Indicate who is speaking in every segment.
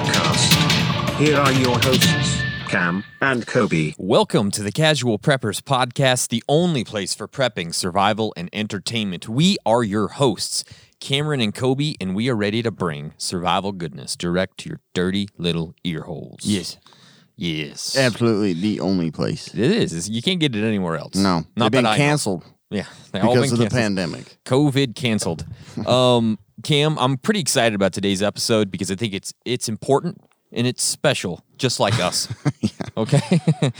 Speaker 1: Podcast. Here are your hosts, Cam and Kobe.
Speaker 2: Welcome to the Casual Preppers Podcast, the only place for prepping, survival, and entertainment. We are your hosts, Cameron and Kobe, and we are ready to bring survival goodness direct to your dirty little ear holes.
Speaker 3: Yes.
Speaker 2: Yes.
Speaker 3: Absolutely the only place.
Speaker 2: It is. It's- you can't get it anywhere else.
Speaker 3: No,
Speaker 2: Not
Speaker 3: they've been
Speaker 2: that I know.
Speaker 3: canceled
Speaker 2: Yeah. they all
Speaker 3: because
Speaker 2: been
Speaker 3: of the
Speaker 2: canceled.
Speaker 3: pandemic.
Speaker 2: COVID canceled. Um, Cam, I'm pretty excited about today's episode because I think it's it's important and it's special, just like us. Okay,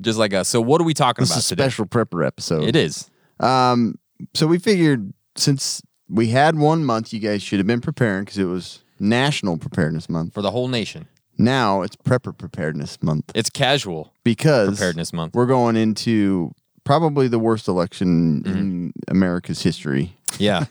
Speaker 2: just like us. So, what are we talking
Speaker 3: This
Speaker 2: about
Speaker 3: is a
Speaker 2: today?
Speaker 3: special prepper episode.
Speaker 2: It is.
Speaker 3: Um, so we figured since we had one month, you guys should have been preparing because it was National Preparedness Month.
Speaker 2: for the whole nation.
Speaker 3: Now it's Prepper Preparedness Month
Speaker 2: It's casual
Speaker 3: because
Speaker 2: preparedness month.
Speaker 3: we're going into probably the worst election
Speaker 2: Mm-hmm.
Speaker 3: in America's history.
Speaker 2: Yeah.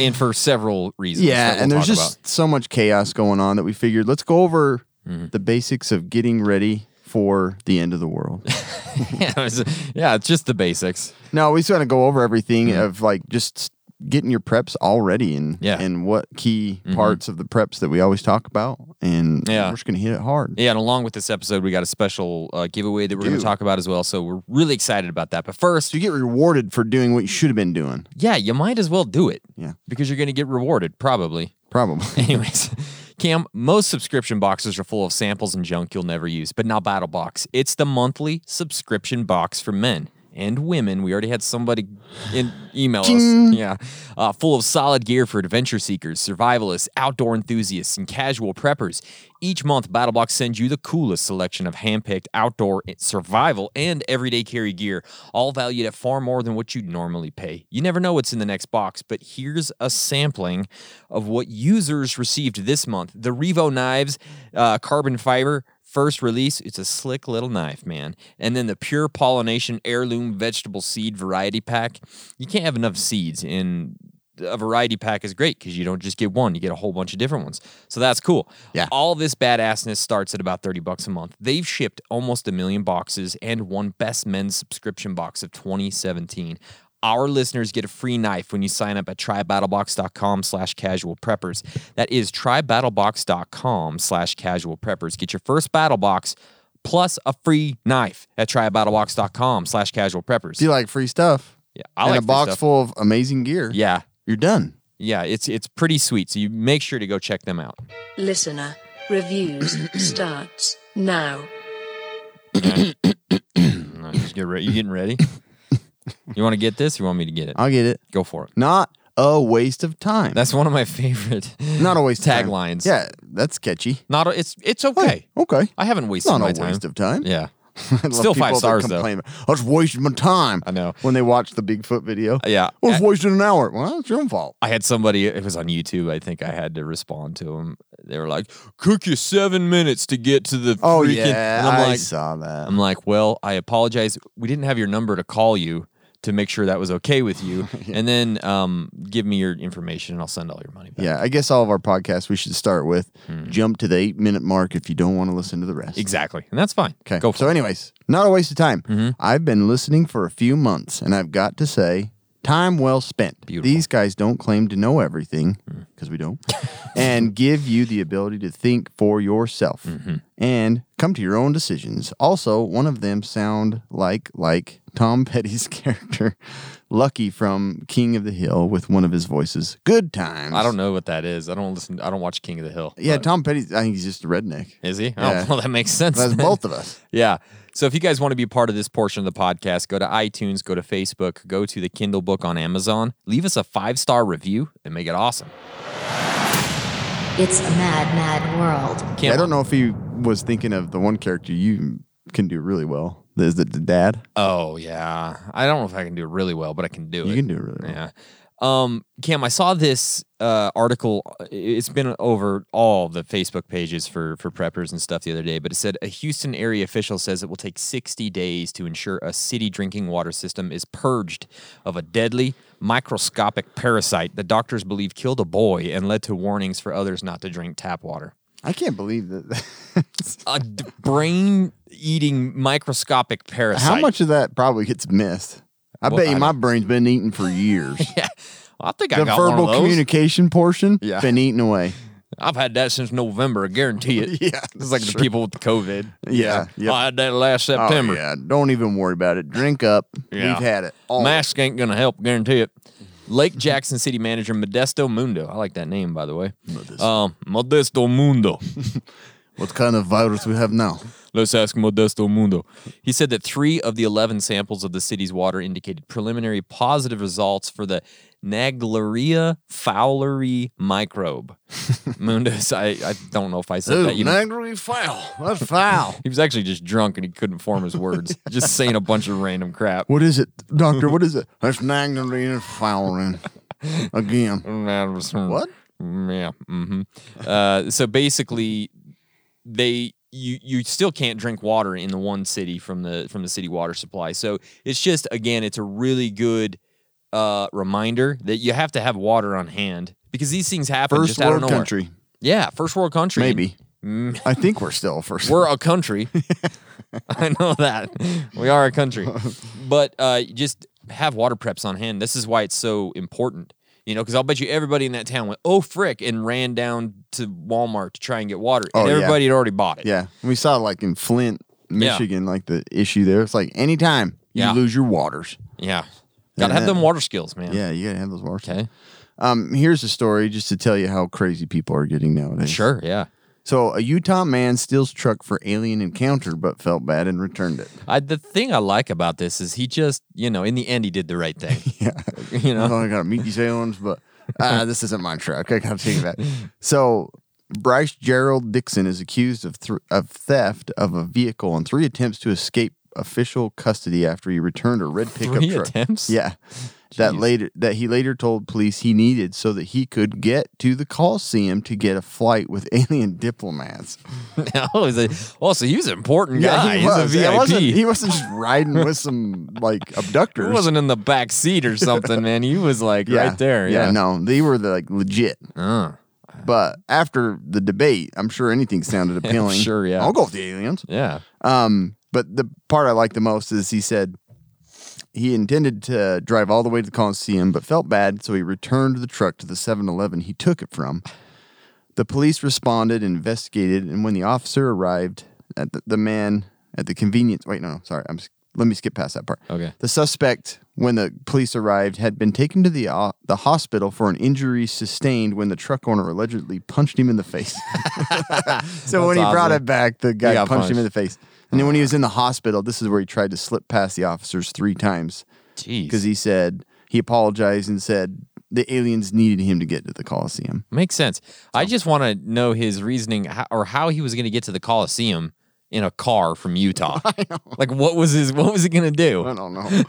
Speaker 2: and for several reasons.
Speaker 3: Yeah,
Speaker 2: that we'll
Speaker 3: and there's
Speaker 2: talk
Speaker 3: just so much chaos going on that we figured let's go over
Speaker 2: Mm-hmm.
Speaker 3: the basics of getting ready for the end of the world.
Speaker 2: about. yeah, it's, yeah, it's just the basics.
Speaker 3: No, we just want to go over everything of like just getting your preps already and
Speaker 2: Mm-hmm. Yeah. Mm-hmm.
Speaker 3: and what key parts of the preps that we always talk about, and
Speaker 2: Yeah.
Speaker 3: we're just gonna hit it hard.
Speaker 2: Yeah, and along with this episode, we got a special uh, giveaway that we're going
Speaker 3: Dude.
Speaker 2: to talk about as well. So we're really excited about that. But first,
Speaker 3: So you get rewarded for doing what you should have been doing,
Speaker 2: yeah, you might as well do it.
Speaker 3: Yeah.
Speaker 2: Because you're going to get rewarded, probably.
Speaker 3: probably.
Speaker 2: Anyways, Cam, most subscription boxes are full of samples and junk you'll never use, but now Battle Box. It's the monthly subscription box for men and women. We already had somebody in email us. Yeah. Uh, full of solid gear for adventure seekers, survivalists, outdoor enthusiasts, and casual preppers. Each month, Battle Box sends you the coolest selection of handpicked outdoor survival and everyday carry gear, all valued at far more than what you'd normally pay. You never know what's in the next box, but here's a sampling of what users received this month. The Revo knives, uh, carbon fiber, first release. It's a slick little knife, man. And then the Pure Pollination Heirloom Vegetable Seed Variety Pack. You can't have enough seeds in. A variety pack is great because you don't just get one; you get a whole bunch of different ones. So that's cool.
Speaker 3: Yeah.
Speaker 2: All this badassness starts at about thirty bucks a month. They've shipped almost a million boxes and won Best Men's Subscription Box of 2017. Our listeners get a free knife when you sign up at trybattlebox.com slash casual preppers. That is trybattlebox.com slash casual preppers. Get your first battle box plus a free knife at trybattlebox.com slash casual preppers.
Speaker 3: if you like free stuff,
Speaker 2: Yeah, I
Speaker 3: and
Speaker 2: like
Speaker 3: a
Speaker 2: free
Speaker 3: box
Speaker 2: stuff.
Speaker 3: full of amazing gear,
Speaker 2: Yeah.
Speaker 3: you're done.
Speaker 2: Yeah, it's it's pretty sweet. So you make sure to go check them out.
Speaker 4: Listener reviews starts now.
Speaker 2: No, just get ready. You getting ready? you want to get this? You want me to get it?
Speaker 3: I'll get it.
Speaker 2: Go for it.
Speaker 3: Not a waste of time.
Speaker 2: That's one of my favorite.
Speaker 3: not a waste of time.
Speaker 2: taglines.
Speaker 3: Yeah, that's catchy.
Speaker 2: Not a, it's it's okay.
Speaker 3: Oh, okay.
Speaker 2: I haven't
Speaker 3: It's
Speaker 2: wasted
Speaker 3: not
Speaker 2: my
Speaker 3: a
Speaker 2: time.
Speaker 3: waste of time.
Speaker 2: yeah,
Speaker 3: I love
Speaker 2: Still five
Speaker 3: people that
Speaker 2: stars, though.
Speaker 3: complain, I was wasting my time.
Speaker 2: I know. Uh,
Speaker 3: When they watch the Bigfoot video.
Speaker 2: yeah.
Speaker 3: I was wasting an hour. Well, it's your own fault.
Speaker 2: I had somebody. It was on YouTube. I think I had to respond to them. They were like, "Cook you seven minutes to get to the
Speaker 3: Oh
Speaker 2: freaking."
Speaker 3: yeah,
Speaker 2: and I'm
Speaker 3: I
Speaker 2: like,
Speaker 3: saw that.
Speaker 2: I'm like, well, I apologize. We didn't have your number to call you to make sure that was okay with you, and then um, give me your information and I'll send all your money back.
Speaker 3: yeah, I guess all of our podcasts we should start with
Speaker 2: Hmm.
Speaker 3: jump to the eight minute mark if you don't want to listen to the rest.
Speaker 2: exactly, and that's fine.
Speaker 3: Okay.
Speaker 2: go for
Speaker 3: so,
Speaker 2: it. Mm-hmm.
Speaker 3: anyways, not a waste of time. I've been listening for a few months, and I've got to say, time well spent.
Speaker 2: Beautiful. Mm.
Speaker 3: These guys don't claim to know everything because we don't, and give you the ability to think for yourself
Speaker 2: Mm-hmm.
Speaker 3: and come to your own decisions. Also, one of them sound like like Tom Petty's character, Lucky from King of the Hill, with one of his voices. Good times.
Speaker 2: I don't know what that is. I don't listen. I don't watch King of the Hill.
Speaker 3: Yeah,
Speaker 2: but-
Speaker 3: Tom Petty. I think he's just a redneck.
Speaker 2: Is he?
Speaker 3: Yeah.
Speaker 2: Oh, well, that makes sense.
Speaker 3: That's
Speaker 2: then.
Speaker 3: both of us.
Speaker 2: Yeah. So if you guys want to be part of this portion of the podcast, go to iTunes, go to Facebook, go to the Kindle book on Amazon, leave us a five star review and make it awesome.
Speaker 5: It's a mad, mad world.
Speaker 2: Cam,
Speaker 3: I don't know if he was thinking of the one character you can do really well. Is it the dad?
Speaker 2: Oh yeah. I don't know if I can do it really well, but I can do
Speaker 3: You
Speaker 2: it.
Speaker 3: can do it really well.
Speaker 2: Yeah. Um, Cam, I saw this uh, article. It's been over all the Facebook pages for for preppers and stuff the other day, but it said a Houston area official says it will take 60 days to ensure a city drinking water system is purged of a deadly microscopic parasite that doctors believe killed a boy and led to warnings for others not to drink tap water.
Speaker 3: I can't believe that.
Speaker 2: A d- brain-eating microscopic parasite.
Speaker 3: How much of that probably gets missed? I
Speaker 2: Well,
Speaker 3: bet you
Speaker 2: I
Speaker 3: my brain's been eaten for years.
Speaker 2: Yeah, I think I
Speaker 3: the
Speaker 2: got one of
Speaker 3: verbal
Speaker 2: those.
Speaker 3: communication portion,
Speaker 2: Yeah.
Speaker 3: been eaten away.
Speaker 2: I've had that since November. I guarantee it.
Speaker 3: Yeah,
Speaker 2: it's like the people with the COVID.
Speaker 3: Yeah, yep.
Speaker 2: I had that last
Speaker 3: Oh,
Speaker 2: September.
Speaker 3: yeah, don't even worry about it. Drink up.
Speaker 2: Yeah.
Speaker 3: We've had it. All
Speaker 2: Mask ain't gonna help, guarantee it. Lake Jackson City manager Modesto Mundo. I like that name, by the way. Modesto, um, Modesto Mundo.
Speaker 3: What kind of virus we have now?
Speaker 2: Let's ask Modesto Mundo. He said that three of the 11 samples of the city's water indicated preliminary positive results for the Naglaria fowleri microbe. Mundo, I, I don't know if I said
Speaker 3: Ooh,
Speaker 2: that. You know,
Speaker 3: angry foul. That's foul.
Speaker 2: he was actually just drunk and he couldn't form his words, just saying a bunch of random crap.
Speaker 3: What is it, doctor? What is it? That's angry fouling. Again.
Speaker 2: What?
Speaker 3: What?
Speaker 2: Yeah. hmm Uh, so basically, they you you still can't drink water in the one city from the from the city water supply. So it's just again, it's a really good uh, reminder that you have to have water on hand because these things happen
Speaker 3: First
Speaker 2: just out of
Speaker 3: world
Speaker 2: nowhere.
Speaker 3: country.
Speaker 2: Yeah, first world country.
Speaker 3: Maybe.
Speaker 2: Mm,
Speaker 3: I think we're still a first.
Speaker 2: we're a country. I know that. We are a country. But uh, just have water preps on hand. This is why it's so important. You know, because I'll bet you everybody in that town went, oh, frick, and ran down to Walmart to try and get water.
Speaker 3: Oh,
Speaker 2: and
Speaker 3: yeah.
Speaker 2: everybody had already bought it.
Speaker 3: yeah. We saw like in Flint, Michigan, like the issue there. It's like anytime you
Speaker 2: Yeah.
Speaker 3: lose your waters.
Speaker 2: Yeah. Got to have
Speaker 3: that-
Speaker 2: them water skills, man.
Speaker 3: Yeah, you gotta have those waters.
Speaker 2: Okay.
Speaker 3: Um, here's a story just to tell you how crazy people are getting nowadays.
Speaker 2: Sure. Yeah.
Speaker 3: So a Utah man steals truck for alien encounter, but felt bad and returned it.
Speaker 2: I, the thing I like about this is he just, you know, in the end, he did the right thing. yeah. You know?
Speaker 3: Oh, I gotta meet these aliens, but uh, this isn't my truck. I gotta take it back. So Bryce Gerald Dixon is accused of thr of theft of a vehicle and three attempts to escape official custody after he returned a red pickup
Speaker 2: Three
Speaker 3: truck.
Speaker 2: attempts?
Speaker 3: Yeah. That
Speaker 2: Jeez.
Speaker 3: later that he later told police he needed so that he could get to the Coliseum to get a flight with alien diplomats.
Speaker 2: oh, he's a- oh, so he was an important guy.
Speaker 3: he
Speaker 2: He's a
Speaker 3: was. It
Speaker 2: VIP.
Speaker 3: wasn't, he wasn't just riding with some like abductors.
Speaker 2: He wasn't in the back seat or something, man. He was like right there. Yeah.
Speaker 3: no, they were the, like legit.
Speaker 2: Uh,
Speaker 3: But after the debate, I'm sure anything sounded appealing.
Speaker 2: sure, yeah.
Speaker 3: I'll go with the aliens.
Speaker 2: yeah.
Speaker 3: Um, but the part I like the most is he said he intended to drive all the way to the Coliseum, but felt bad, so he returned the truck to the 7 Eleven he took it from. The police responded and investigated, and when the officer arrived at the, the man at the convenience, wait, no, sorry, I'm s- let me skip past that part.
Speaker 2: Okay.
Speaker 3: The suspect, when the police arrived, had been taken to the uh, the hospital for an injury sustained when the truck owner allegedly punched him in the face. so when he
Speaker 2: That's
Speaker 3: brought
Speaker 2: awesome.
Speaker 3: it back, the guy
Speaker 2: He got
Speaker 3: punched, him in the
Speaker 2: punched.
Speaker 3: face. And then when he
Speaker 2: Uh.
Speaker 3: was in the hospital, this is where he tried to slip past the officers three times
Speaker 2: Jeez.
Speaker 3: because he said he apologized and said the aliens needed him to get to the Coliseum.
Speaker 2: Makes sense. I just want to know his reasoning ho- or how he was going to get to the Coliseum in a car from Utah. Like, what was his? What was he going to do?
Speaker 3: I don't know.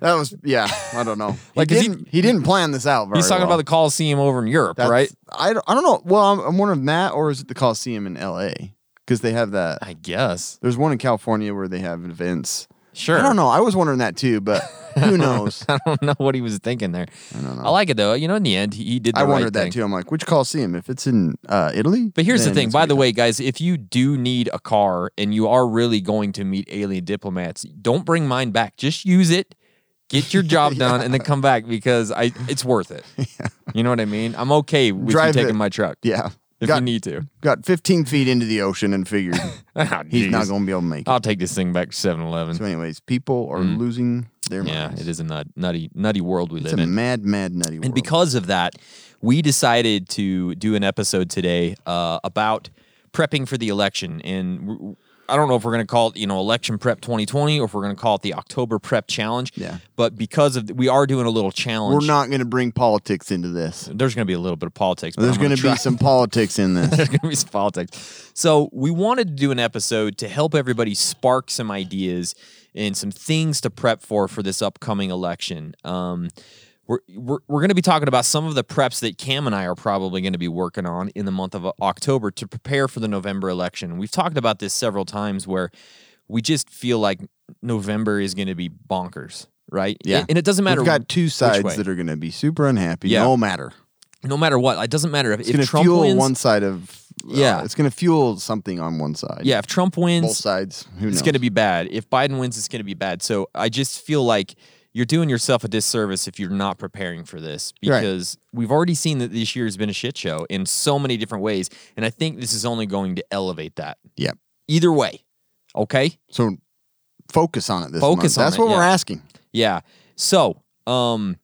Speaker 3: That was yeah. I don't know.
Speaker 2: Like,
Speaker 3: he
Speaker 2: 'cause he-
Speaker 3: didn't, he didn't plan this out. Very
Speaker 2: He's talking
Speaker 3: well.
Speaker 2: about the Coliseum over in Europe,
Speaker 3: That's-
Speaker 2: right?
Speaker 3: I don't, I don't know. Well, I'm, I'm wondering that, or is it the Coliseum in L.A. because they have that.
Speaker 2: I guess.
Speaker 3: There's one in California where they have events.
Speaker 2: Sure.
Speaker 3: I don't know. I was wondering that too, but who knows?
Speaker 2: I don't know what he was thinking there. I
Speaker 3: don't know.
Speaker 2: like it though. You know, in the end, he, he did. The
Speaker 3: I
Speaker 2: right
Speaker 3: wondered that
Speaker 2: thing.
Speaker 3: too. I'm like, which Coliseum? If it's in uh, Italy?
Speaker 2: But here's the
Speaker 3: then
Speaker 2: thing,
Speaker 3: it's
Speaker 2: by
Speaker 3: what
Speaker 2: the
Speaker 3: you-
Speaker 2: way, guys, if you do need a car and you are really going to meet alien diplomats, don't bring mine back. Just use it, get your job done, and then come back because I it's worth it. You know what I mean? I'm okay with you
Speaker 3: Drive
Speaker 2: taking
Speaker 3: it.
Speaker 2: my truck
Speaker 3: yeah,
Speaker 2: if
Speaker 3: got
Speaker 2: you need to.
Speaker 3: got 15 feet into the ocean and figured
Speaker 2: Ah,
Speaker 3: he's
Speaker 2: jeez.
Speaker 3: not
Speaker 2: Ah.
Speaker 3: going to be able to make it.
Speaker 2: I'll take this thing back to 7
Speaker 3: So,
Speaker 2: Eleven.
Speaker 3: anyways, people are losing their
Speaker 2: Mm. Yeah,
Speaker 3: minds.
Speaker 2: it is a nut, nutty, nutty world we
Speaker 3: It's
Speaker 2: live
Speaker 3: a
Speaker 2: in.
Speaker 3: mad, mad, nutty world.
Speaker 2: And because of that, we decided to do an episode today uh, about prepping for the election. And w- w- I don't know if we're going to call it, you know, election prep 2020 or if we're going to call it the October prep challenge.
Speaker 3: Yeah.
Speaker 2: But because of, th- we are doing a little challenge.
Speaker 3: we're not going to bring politics into this.
Speaker 2: There's going to be a little bit of politics. but
Speaker 3: There's
Speaker 2: I'm gonna
Speaker 3: going to
Speaker 2: try-
Speaker 3: be some politics in this.
Speaker 2: there's gonna be some politics. So we wanted to do an episode to help everybody spark some ideas and some things to prep for for this upcoming election. Um, we're, we're, we're going to be talking about some of the preps that Cam and I are probably going to be working on in the month of October to prepare for the November election. We've talked about this several times where we just feel like November is going to be bonkers, right?
Speaker 3: Yeah.
Speaker 2: And it doesn't matter.
Speaker 3: We've got two sides
Speaker 2: way.
Speaker 3: that are going to be super unhappy.
Speaker 2: Yeah.
Speaker 3: No matter.
Speaker 2: no matter what, it doesn't matter if,
Speaker 3: It's
Speaker 2: if
Speaker 3: going to
Speaker 2: Trump
Speaker 3: fuel
Speaker 2: wins.
Speaker 3: one side of. uh,
Speaker 2: Yeah.
Speaker 3: it's going to fuel something on one side.
Speaker 2: yeah, if Trump wins,
Speaker 3: both sides. Who knows?
Speaker 2: it's going to be bad. If Biden wins, it's going to be bad. So I just feel like you're doing yourself a disservice if you're not preparing for this
Speaker 3: Right.
Speaker 2: because we've already seen that this year has been a shit show in so many different ways. And I think this is only going to elevate that.
Speaker 3: Yeah.
Speaker 2: Either way. Okay.
Speaker 3: So focus on it this
Speaker 2: Focus
Speaker 3: month.
Speaker 2: on
Speaker 3: That's
Speaker 2: it,
Speaker 3: what we're
Speaker 2: yeah.
Speaker 3: asking.
Speaker 2: Yeah. So, um,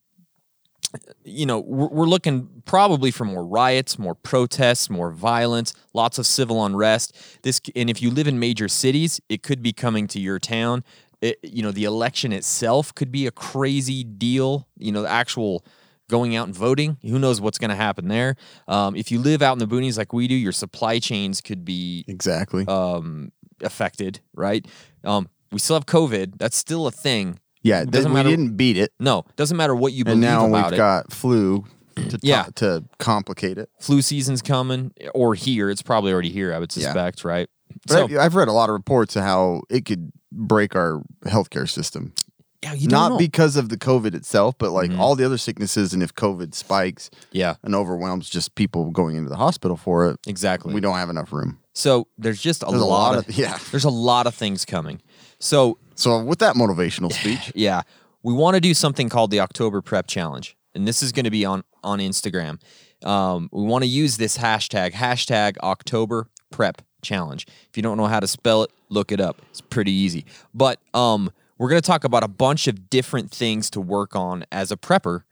Speaker 2: you know, we're, we're looking probably for more riots, more protests, more violence, lots of civil unrest. This, c- and if you live in major cities, it could be coming to your town. It, you know, the election itself could be a crazy deal. You know, the actual going out and voting. Who knows what's going to happen there? Um, if you live out in the boonies like we do, your supply chains could be
Speaker 3: Exactly.
Speaker 2: um, affected, right? Um, we still have COVID. That's still a thing.
Speaker 3: yeah.
Speaker 2: doesn't
Speaker 3: Th- we
Speaker 2: matter-
Speaker 3: didn't beat it.
Speaker 2: No, doesn't matter what you believe
Speaker 3: And now
Speaker 2: about
Speaker 3: we've
Speaker 2: it.
Speaker 3: got flu to,
Speaker 2: Yeah.
Speaker 3: to- to complicate it.
Speaker 2: Flu season's coming, or here. It's probably already here. I would
Speaker 3: Yeah.
Speaker 2: suspect, right?
Speaker 3: But
Speaker 2: so
Speaker 3: I've, I've read a lot of reports of how it could break our healthcare system.
Speaker 2: yeah, you don't
Speaker 3: Not
Speaker 2: know. Mm-hmm.
Speaker 3: because of the COVID itself, but like all the other sicknesses. And if COVID spikes
Speaker 2: yeah,
Speaker 3: and overwhelms just people going into the hospital for it,
Speaker 2: exactly.
Speaker 3: we don't have enough room.
Speaker 2: So there's just a,
Speaker 3: There's
Speaker 2: lot, of,
Speaker 3: yeah.
Speaker 2: there's a lot of things coming. So
Speaker 3: So with that motivational speech,
Speaker 2: yeah, we want to do something called the October Prep Challenge, and this is going to be on on Instagram. Um, we want to use this hashtag hashtag October Prep Challenge. If you don't know how to spell it, look it up. It's pretty easy. But um, we're going to talk about a bunch of different things to work on as a prepper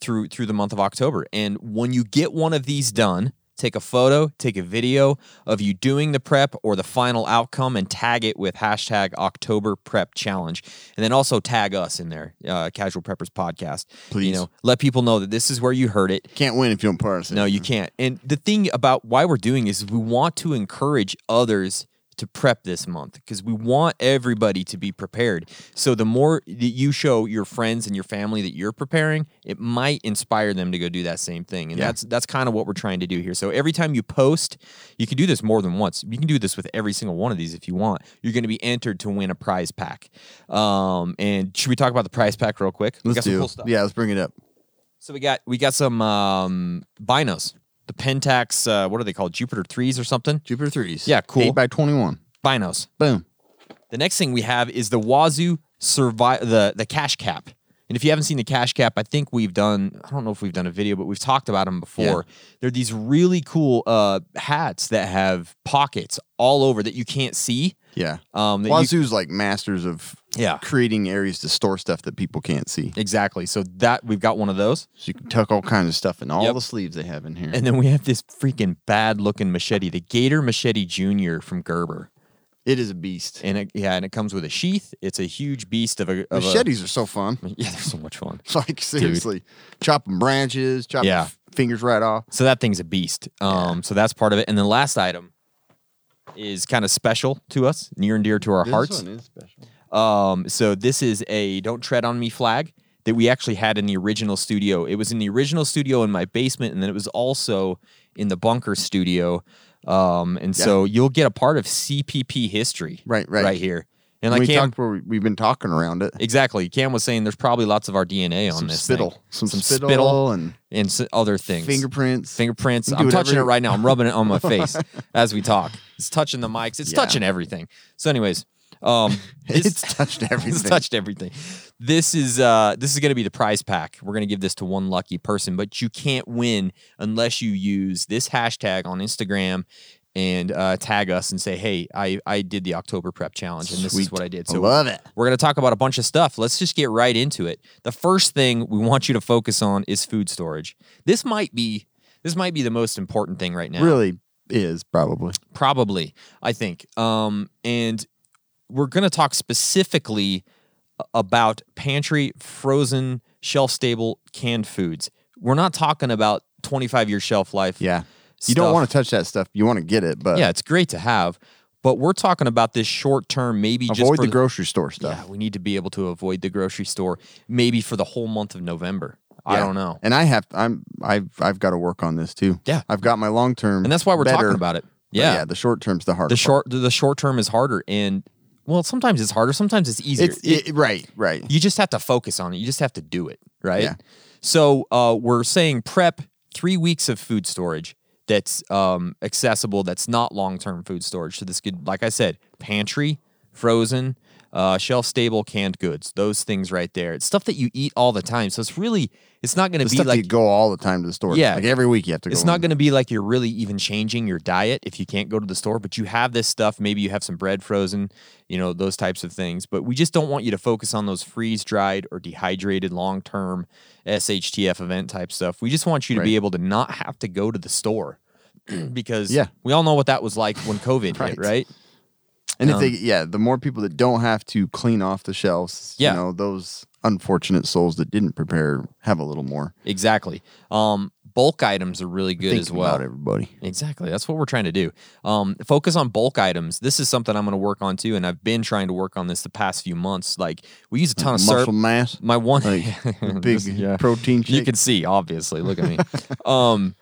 Speaker 2: through through the month of October. And when you get one of these done, take a photo, take a video of you doing the prep or the final outcome, and tag it with hashtag October Prep Challenge. And then also tag us in there, uh, Casual Preppers Podcast.
Speaker 3: Please.
Speaker 2: you know, let people know that this is where you heard it.
Speaker 3: can't win if you don't put ourselves.
Speaker 2: No, you can't. And the thing about why we're doing is we want to encourage others to prep this month because we want everybody to be prepared. So the more that you show your friends and your family that you're preparing, it might inspire them to go do that same thing. And that's that's kind of what we're trying to do here. So every time you post, you can do this more than once. You can do this with every single one of these if you want. You're going to be entered to win a prize pack. Um, and should we talk about the prize pack real quick? We
Speaker 3: Let's
Speaker 2: got some
Speaker 3: do.
Speaker 2: cool stuff.
Speaker 3: Yeah, let's bring it up.
Speaker 2: So we got we got some um binos. The Pentax, uh, what are they called? Jupiter threes or something?
Speaker 3: Jupiter threes.
Speaker 2: Yeah, cool.
Speaker 3: Eight by twenty-one.
Speaker 2: Binos.
Speaker 3: Boom.
Speaker 2: The next thing we have is the Wazoo survive the the cash cap. And if you haven't seen the cash cap, I think we've done I don't know if we've done a video, but we've talked about them before. They're these really cool uh hats that have pockets all over that you can't see.
Speaker 3: Yeah.
Speaker 2: Um that you-
Speaker 3: Wazoo's like masters of
Speaker 2: Yeah.
Speaker 3: creating areas to store stuff that people can't see.
Speaker 2: exactly. So that we've got one of those.
Speaker 3: So you can tuck all kinds of stuff in all
Speaker 2: Yep.
Speaker 3: the sleeves they have in here.
Speaker 2: And then we have this freaking bad looking machete, the Gator Machete Jr. from Gerber.
Speaker 3: it is a beast.
Speaker 2: and it, yeah, and it comes with a sheath. It's a huge beast of a of a-
Speaker 3: Machetes are so fun.
Speaker 2: yeah, they're so much fun.
Speaker 3: Like seriously, chopping branches, chopping
Speaker 2: Yeah.
Speaker 3: f- fingers right off.
Speaker 2: So that thing's a beast. Um, so that's part of it. And the last item is kind of special to us, near and dear to our hearts.
Speaker 3: is special.
Speaker 2: Um, so this is a "Don't Tread on Me" flag that we actually had in the original studio. It was in the original studio in my basement, and then it was also in the bunker studio. Um, and so you'll get a part of CPP history
Speaker 3: Right, right.
Speaker 2: right here. And
Speaker 3: we
Speaker 2: like Cam,
Speaker 3: talked where we, we've been talking around it.
Speaker 2: exactly, Cam was saying there's probably lots of our DNA on
Speaker 3: Some
Speaker 2: this
Speaker 3: spittle,
Speaker 2: thing.
Speaker 3: some,
Speaker 2: Some
Speaker 3: spittle,
Speaker 2: spittle
Speaker 3: and
Speaker 2: and s- other things.
Speaker 3: fingerprints.
Speaker 2: Fingerprints.
Speaker 3: You can
Speaker 2: I'm
Speaker 3: do
Speaker 2: touching it
Speaker 3: whatever-
Speaker 2: right now. I'm rubbing it on my face as we talk. It's touching the mics. It's
Speaker 3: Yeah.
Speaker 2: touching everything. So, anyways, um, this-
Speaker 3: it's touched everything.
Speaker 2: it's touched everything. This is uh, this is going to be the prize pack. We're going to give this to one lucky person, but you can't win unless you use this hashtag on Instagram and uh, tag us and say, "Hey, I I did the October Prep Challenge, and this is
Speaker 3: Sweet.
Speaker 2: what I did."
Speaker 3: I
Speaker 2: So
Speaker 3: love it.
Speaker 2: we're going to talk about a bunch of stuff. Let's just get right into it. The first thing we want you to focus on is food storage. This might be this might be the most important thing right now.
Speaker 3: Really is probably.
Speaker 2: Probably, I think. Um, and we're going to talk specifically about pantry frozen shelf stable canned foods. We're not talking about 25 year shelf life.
Speaker 3: Yeah. You don't
Speaker 2: stuff.
Speaker 3: want to touch that stuff. You want to get it, but
Speaker 2: Yeah, it's great to have, but we're talking about this short term maybe just
Speaker 3: avoid
Speaker 2: for
Speaker 3: the grocery store stuff.
Speaker 2: Yeah, we need to be able to avoid the grocery store maybe for the whole month of November. I
Speaker 3: Yeah.
Speaker 2: don't know.
Speaker 3: And I have I'm I've I've got to work on this too.
Speaker 2: Yeah.
Speaker 3: I've got my long term,
Speaker 2: And that's why we're talking about it. Yeah.
Speaker 3: yeah, the short term's the hard.
Speaker 2: the short the short term is harder and well, sometimes it's harder, sometimes it's easier.
Speaker 3: It's it, right, right.
Speaker 2: you just have to focus on it. You just have to do it, right?
Speaker 3: Yeah.
Speaker 2: So uh, we're saying prep three weeks of food storage that's um, accessible. That's not long term food storage. So this could, like I said, pantry, frozen, uh, shelf stable canned goods, those things right there. It's stuff that you eat all the time. So it's really, it's not going to
Speaker 3: The
Speaker 2: be
Speaker 3: stuff that
Speaker 2: like
Speaker 3: you go all the time to the store.
Speaker 2: Yeah.
Speaker 3: Like every week you have to go.
Speaker 2: it's not going to be like you're really even changing your diet if you can't go to the store, but you have this stuff. Maybe you have some bread frozen, you know, those types of things. But we just don't want you to focus on those freeze dried or dehydrated long term SHTF event type stuff. We just want you to be
Speaker 3: Right.
Speaker 2: able to not have to go to the store because
Speaker 3: Yeah.
Speaker 2: we all know what that was like when COVID hit,
Speaker 3: Right.
Speaker 2: right?
Speaker 3: And if they, yeah, the more people that don't have to clean off the shelves,
Speaker 2: Yeah.
Speaker 3: you know, those unfortunate souls that didn't prepare have a little more.
Speaker 2: Exactly. Um, bulk items are really good
Speaker 3: Think
Speaker 2: as well.
Speaker 3: about everybody.
Speaker 2: Exactly. That's what we're trying to do. Um, focus on bulk items. This is something I'm going to work on too, and I've been trying to work on this the past few months. Like we use a ton of syrup.
Speaker 3: Muscle mass,
Speaker 2: My one
Speaker 3: like big
Speaker 2: This- yeah.
Speaker 3: protein shake.
Speaker 2: You can see, obviously. Look at me. um,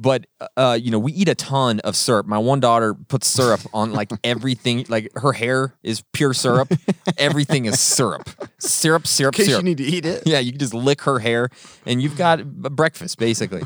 Speaker 2: but uh, you know, we eat a ton of syrup. My one daughter puts syrup on like everything. Like her hair is pure syrup. everything is syrup. Syrup, syrup,
Speaker 3: in case
Speaker 2: syrup.
Speaker 3: you need to eat it.
Speaker 2: Yeah, you can just lick her hair, and you've got b- breakfast basically.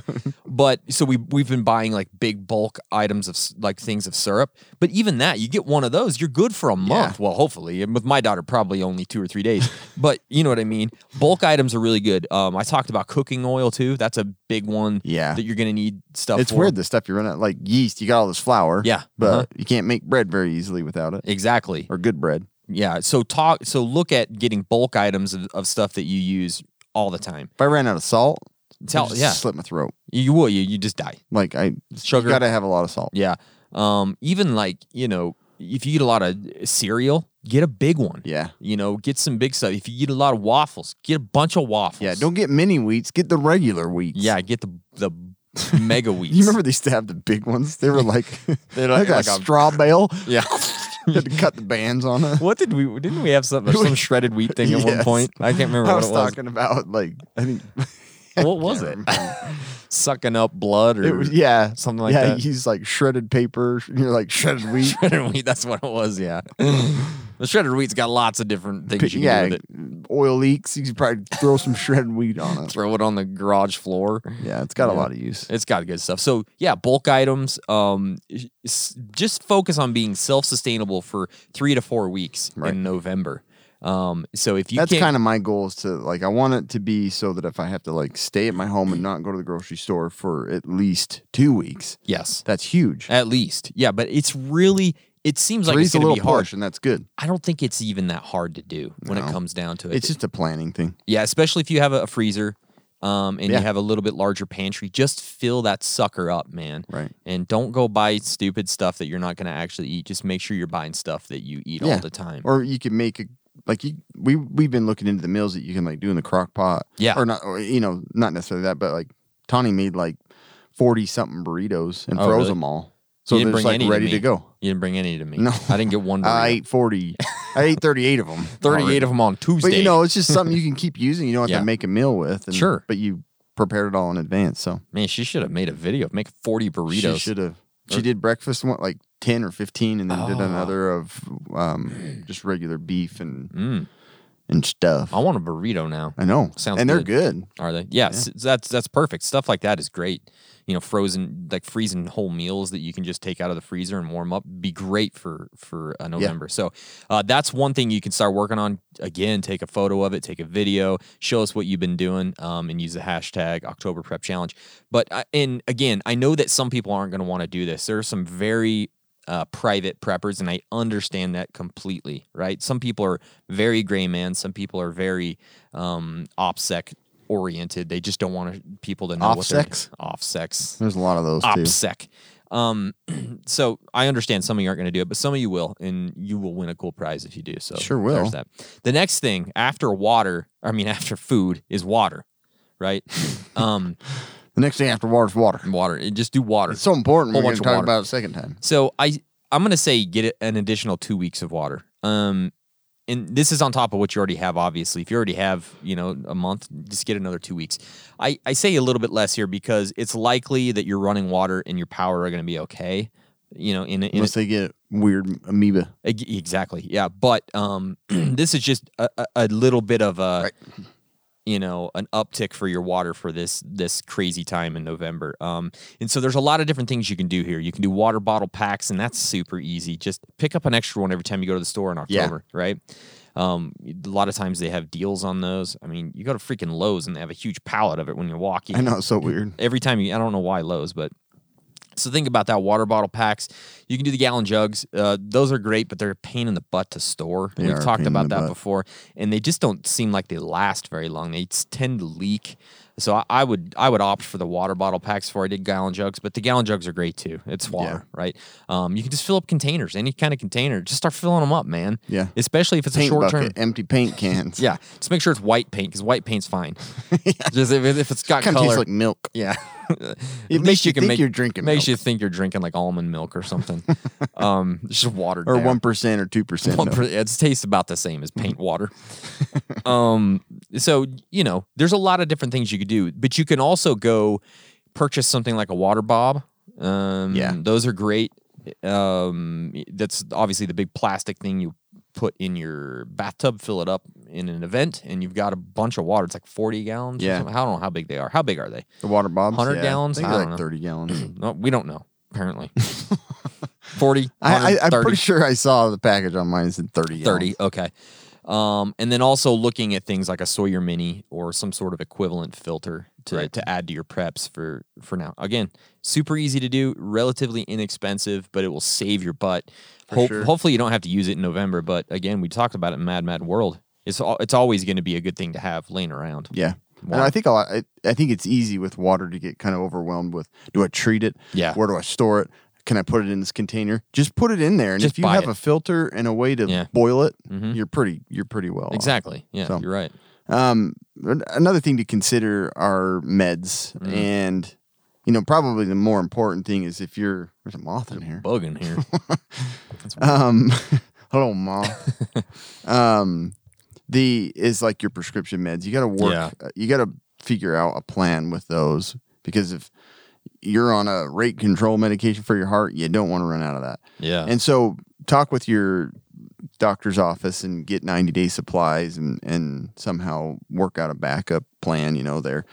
Speaker 2: but so we we've been buying like big bulk items of s- like things of syrup. But even that, you get one of those, you're good for a month. Well, hopefully, and with my daughter, probably only two or three days. but you know what I mean. Bulk items are really good. Um, I talked about cooking oil too. That's a big one.
Speaker 3: Yeah.
Speaker 2: that you're gonna need stuff.
Speaker 3: It's
Speaker 2: for.
Speaker 3: weird the stuff you run out, like yeast. You got all this flour.
Speaker 2: Yeah,
Speaker 3: but
Speaker 2: uh-huh.
Speaker 3: you can't make bread very easily without it,
Speaker 2: Exactly.
Speaker 3: or good bread.
Speaker 2: Yeah. So talk. So look at getting bulk items of, of stuff that you use all the time.
Speaker 3: If I ran out of salt,
Speaker 2: Tell-
Speaker 3: it just
Speaker 2: yeah.
Speaker 3: slit my throat.
Speaker 2: You will. You you just die.
Speaker 3: Like I
Speaker 2: Sugar.
Speaker 3: Got to have a lot of salt.
Speaker 2: Yeah. Um, even like, you know, if you eat a lot of cereal, get a big one.
Speaker 3: Yeah.
Speaker 2: You know, get some big stuff. If you eat a lot of waffles, get a bunch of waffles.
Speaker 3: Yeah, don't get mini wheats. Get the regular wheats.
Speaker 2: Yeah, get the the mega wheats.
Speaker 3: You remember they used to have the big ones? They were like,
Speaker 2: They're
Speaker 3: they're
Speaker 2: like- like
Speaker 3: like, a,
Speaker 2: a-
Speaker 3: straw bale.
Speaker 2: Yeah.
Speaker 3: You had to cut the bands on it.
Speaker 2: What did we didn't we have some there's some shredded wheat thing at one
Speaker 3: Yes.
Speaker 2: point? I can't remember
Speaker 3: I
Speaker 2: what
Speaker 3: was
Speaker 2: it was.
Speaker 3: talking about like I think
Speaker 2: What was it? Sucking up blood or
Speaker 3: it was yeah
Speaker 2: Something like
Speaker 3: yeah,
Speaker 2: that.
Speaker 3: Yeah, use like shredded paper. sh- You know, like shredded wheat.
Speaker 2: shredded wheat, that's what it was, yeah. the shredded wheat's got lots of different things you can do
Speaker 3: yeah,
Speaker 2: with it.
Speaker 3: oil leaks. You could probably throw some shredded wheat on it.
Speaker 2: Throw it on the garage floor.
Speaker 3: Yeah, it's got a lot of use.
Speaker 2: It's got good stuff. So yeah, bulk items. Um, s- just focus on being self-sustainable for three to four weeks
Speaker 3: Right.
Speaker 2: in November. Um, so if you
Speaker 3: That's
Speaker 2: can't,
Speaker 3: kind of my goal is to like I want it to be so that if I have to like stay at my home and not go to the grocery store for at least two weeks,
Speaker 2: yes,
Speaker 3: that's huge.
Speaker 2: at least yeah. But it's really it seems like it's
Speaker 3: Three's a
Speaker 2: going to
Speaker 3: little
Speaker 2: be hard.
Speaker 3: push, and that's good.
Speaker 2: I don't think it's even that hard to do when it
Speaker 3: No.
Speaker 2: comes down to it.
Speaker 3: It's just a planning thing.
Speaker 2: yeah, especially if you have a, a freezer. Um, and
Speaker 3: Yeah.
Speaker 2: you have a little bit larger pantry, just fill that sucker up, man.
Speaker 3: Right.
Speaker 2: And don't go buy stupid stuff that you're not going to actually eat. Just make sure you're buying stuff that you eat all the time.
Speaker 3: Or you can make a like you, we we've been looking into the meals that you can like do in the crock pot.
Speaker 2: Yeah.
Speaker 3: Or not or you know, not necessarily that, but like Tawny made like forty something burritos and
Speaker 2: Oh,
Speaker 3: froze
Speaker 2: really?
Speaker 3: them all.
Speaker 2: You
Speaker 3: So
Speaker 2: didn't bring
Speaker 3: they're just, like
Speaker 2: any to
Speaker 3: ready to,
Speaker 2: me.
Speaker 3: go.
Speaker 2: You didn't bring any to me.
Speaker 3: No.
Speaker 2: I didn't get one.
Speaker 3: I
Speaker 2: Burrito.
Speaker 3: ate forty. I ate thirty eight of them.
Speaker 2: thirty-eight of them on Tuesday.
Speaker 3: But you know, it's just something you can keep using. You don't have
Speaker 2: Yeah.
Speaker 3: to make a meal with. And,
Speaker 2: Sure.
Speaker 3: But you prepared it all in advance. So
Speaker 2: man, she should have made a video. Make forty burritos.
Speaker 3: she should have. She did breakfast one like ten or fifteen, and then did
Speaker 2: Oh.
Speaker 3: another of um, just regular beef and
Speaker 2: Mm,
Speaker 3: and stuff.
Speaker 2: I want a burrito now.
Speaker 3: I know.
Speaker 2: Sounds
Speaker 3: and they're
Speaker 2: good.
Speaker 3: good.
Speaker 2: Are they? Yeah, s- that's that's perfect. Stuff like that is great. You know, frozen like freezing whole meals that you can just take out of the freezer and warm up be great for for uh, November. So uh, that's one thing you can start working on. Again, take a photo of it, take a video, show us what you've been doing, um, and use the hashtag October Prep Challenge. But I, and again, I know that some people aren't going to want to do this. There are some very uh, private preppers, and I understand that completely. Right? Some people are very gray man. Some people are very um, opsec oriented. They just don't want to, people to know what they're
Speaker 3: Opsecs?
Speaker 2: Opsecs.
Speaker 3: There's a lot of those too.
Speaker 2: OPSEC. Um, so I understand some of you aren't going to do it, but some of you will, and you will win a cool prize if you do. So
Speaker 3: Sure will.
Speaker 2: There's that. The next thing after water, I mean after food, is water, right? um,
Speaker 3: The next thing after water is water.
Speaker 2: water. And Just do water.
Speaker 3: It's so important.
Speaker 2: Whole
Speaker 3: We're going
Speaker 2: bunch
Speaker 3: to
Speaker 2: of
Speaker 3: talk
Speaker 2: water.
Speaker 3: about it a second time.
Speaker 2: So I I'm gonna say get it- an additional two weeks of water. Um, and this is on top of what you already have. Obviously, if you already have you know a month, just get another two weeks. I I say a little bit less here because it's likely that your running water and your power are gonna be okay. You know, in, a- in a,
Speaker 3: Unless they get weird amoeba.
Speaker 2: Eg- Exactly. Yeah, but um, this is just a, a, a little bit of a, you know, an uptick for your water for this this crazy time in November. Um, and so there's a lot of different things you can do here. You can do water bottle packs, and that's super easy. Just pick up an extra one every time you go to the store in
Speaker 3: Yeah.
Speaker 2: October, right? Um, a lot of times they have deals on those. I mean, you go to freaking Lowe's and they have a huge pallet of it when you're walking.
Speaker 3: I know it's so weird.
Speaker 2: Every time you, I don't know why Lowe's, but so think about that water bottle packs. You can do the gallon jugs. Uh, those are great, but they're a pain in the butt to store.
Speaker 3: They
Speaker 2: We've
Speaker 3: are a
Speaker 2: talked
Speaker 3: pain in
Speaker 2: about
Speaker 3: the
Speaker 2: that
Speaker 3: butt.
Speaker 2: before, and they just don't seem like they last very long. They s- tend to leak. So I, I would I would opt for the water bottle packs before I did gallon jugs, but the gallon jugs are great too. It's water, right? Um, you can just fill up containers, any kind of container. Just start filling them up, man.
Speaker 3: Yeah.
Speaker 2: Especially if it's a
Speaker 3: Paint
Speaker 2: short
Speaker 3: bucket,
Speaker 2: term.
Speaker 3: empty paint cans.
Speaker 2: Yeah. Just make sure it's white paint because white paint's fine. Just if, it- if it's got
Speaker 3: kind of
Speaker 2: color.
Speaker 3: tastes like milk.
Speaker 2: Yeah. it
Speaker 3: makes you think you're drinking
Speaker 2: Makes
Speaker 3: milk.
Speaker 2: you think you're drinking like almond milk or something. um, it's just watered
Speaker 3: Or
Speaker 2: down.
Speaker 3: one percent or two percent.
Speaker 2: One per- it tastes about the same as
Speaker 3: Mm-hmm.
Speaker 2: paint water. um, so you know, there's a lot of different things you could do, but you can also go purchase something like a water bob. Um,
Speaker 3: Yeah.
Speaker 2: those are great. Um, that's obviously the big plastic thing you put in your bathtub, fill it up in an event, and you've got a bunch of water. It's like 40 gallons. or
Speaker 3: Yeah.
Speaker 2: something. I don't know how big they are. How big are they?
Speaker 3: The water bobs,
Speaker 2: 100
Speaker 3: yeah.
Speaker 2: gallons?
Speaker 3: I
Speaker 2: I
Speaker 3: think they're
Speaker 2: don't
Speaker 3: like
Speaker 2: know.
Speaker 3: thirty gallons.
Speaker 2: No, we don't know. Apparently, 40.
Speaker 3: I, I, I'm
Speaker 2: 130.
Speaker 3: pretty sure I saw the package on mine. It said thirty.
Speaker 2: 30 okay um, and then also looking at things like a sawyer mini or some sort of equivalent filter to,
Speaker 3: Right.
Speaker 2: to add to your preps for for now again super easy to do relatively inexpensive but it will save your butt Hope,
Speaker 3: sure.
Speaker 2: hopefully you don't have to use it in november but again we talked about it in mad mad world it's, al- it's always going to be a good thing to have laying around
Speaker 3: Yeah. And
Speaker 2: Water.
Speaker 3: I think a lot, I, I think it's easy with water to get kind of overwhelmed with do I treat it?
Speaker 2: Yeah.
Speaker 3: Where do I store it? Can I put it in this container? Just put it in there, and
Speaker 2: Just
Speaker 3: if you
Speaker 2: buy
Speaker 3: have
Speaker 2: it.
Speaker 3: a filter and a way to
Speaker 2: Yeah.
Speaker 3: boil it,
Speaker 2: Mhm.
Speaker 3: you're pretty you're pretty well off.
Speaker 2: exactly yeah
Speaker 3: Oh, So-
Speaker 2: you're right
Speaker 3: Um, an- another thing to consider are meds,
Speaker 2: Mm.
Speaker 3: and you know probably the more important thing is if you're there's a moth in here.
Speaker 2: bug in here
Speaker 3: Um, hello, mom. um, the is like your prescription meds. You got to work. uh,
Speaker 2: Yeah.
Speaker 3: You got to figure out a plan with those because if you're on a rate control medication for your heart, you don't want to run out of that.
Speaker 2: yeah
Speaker 3: And so, talk with your doctor's office and get 90 day supplies and and somehow work out a backup plan. You know, there.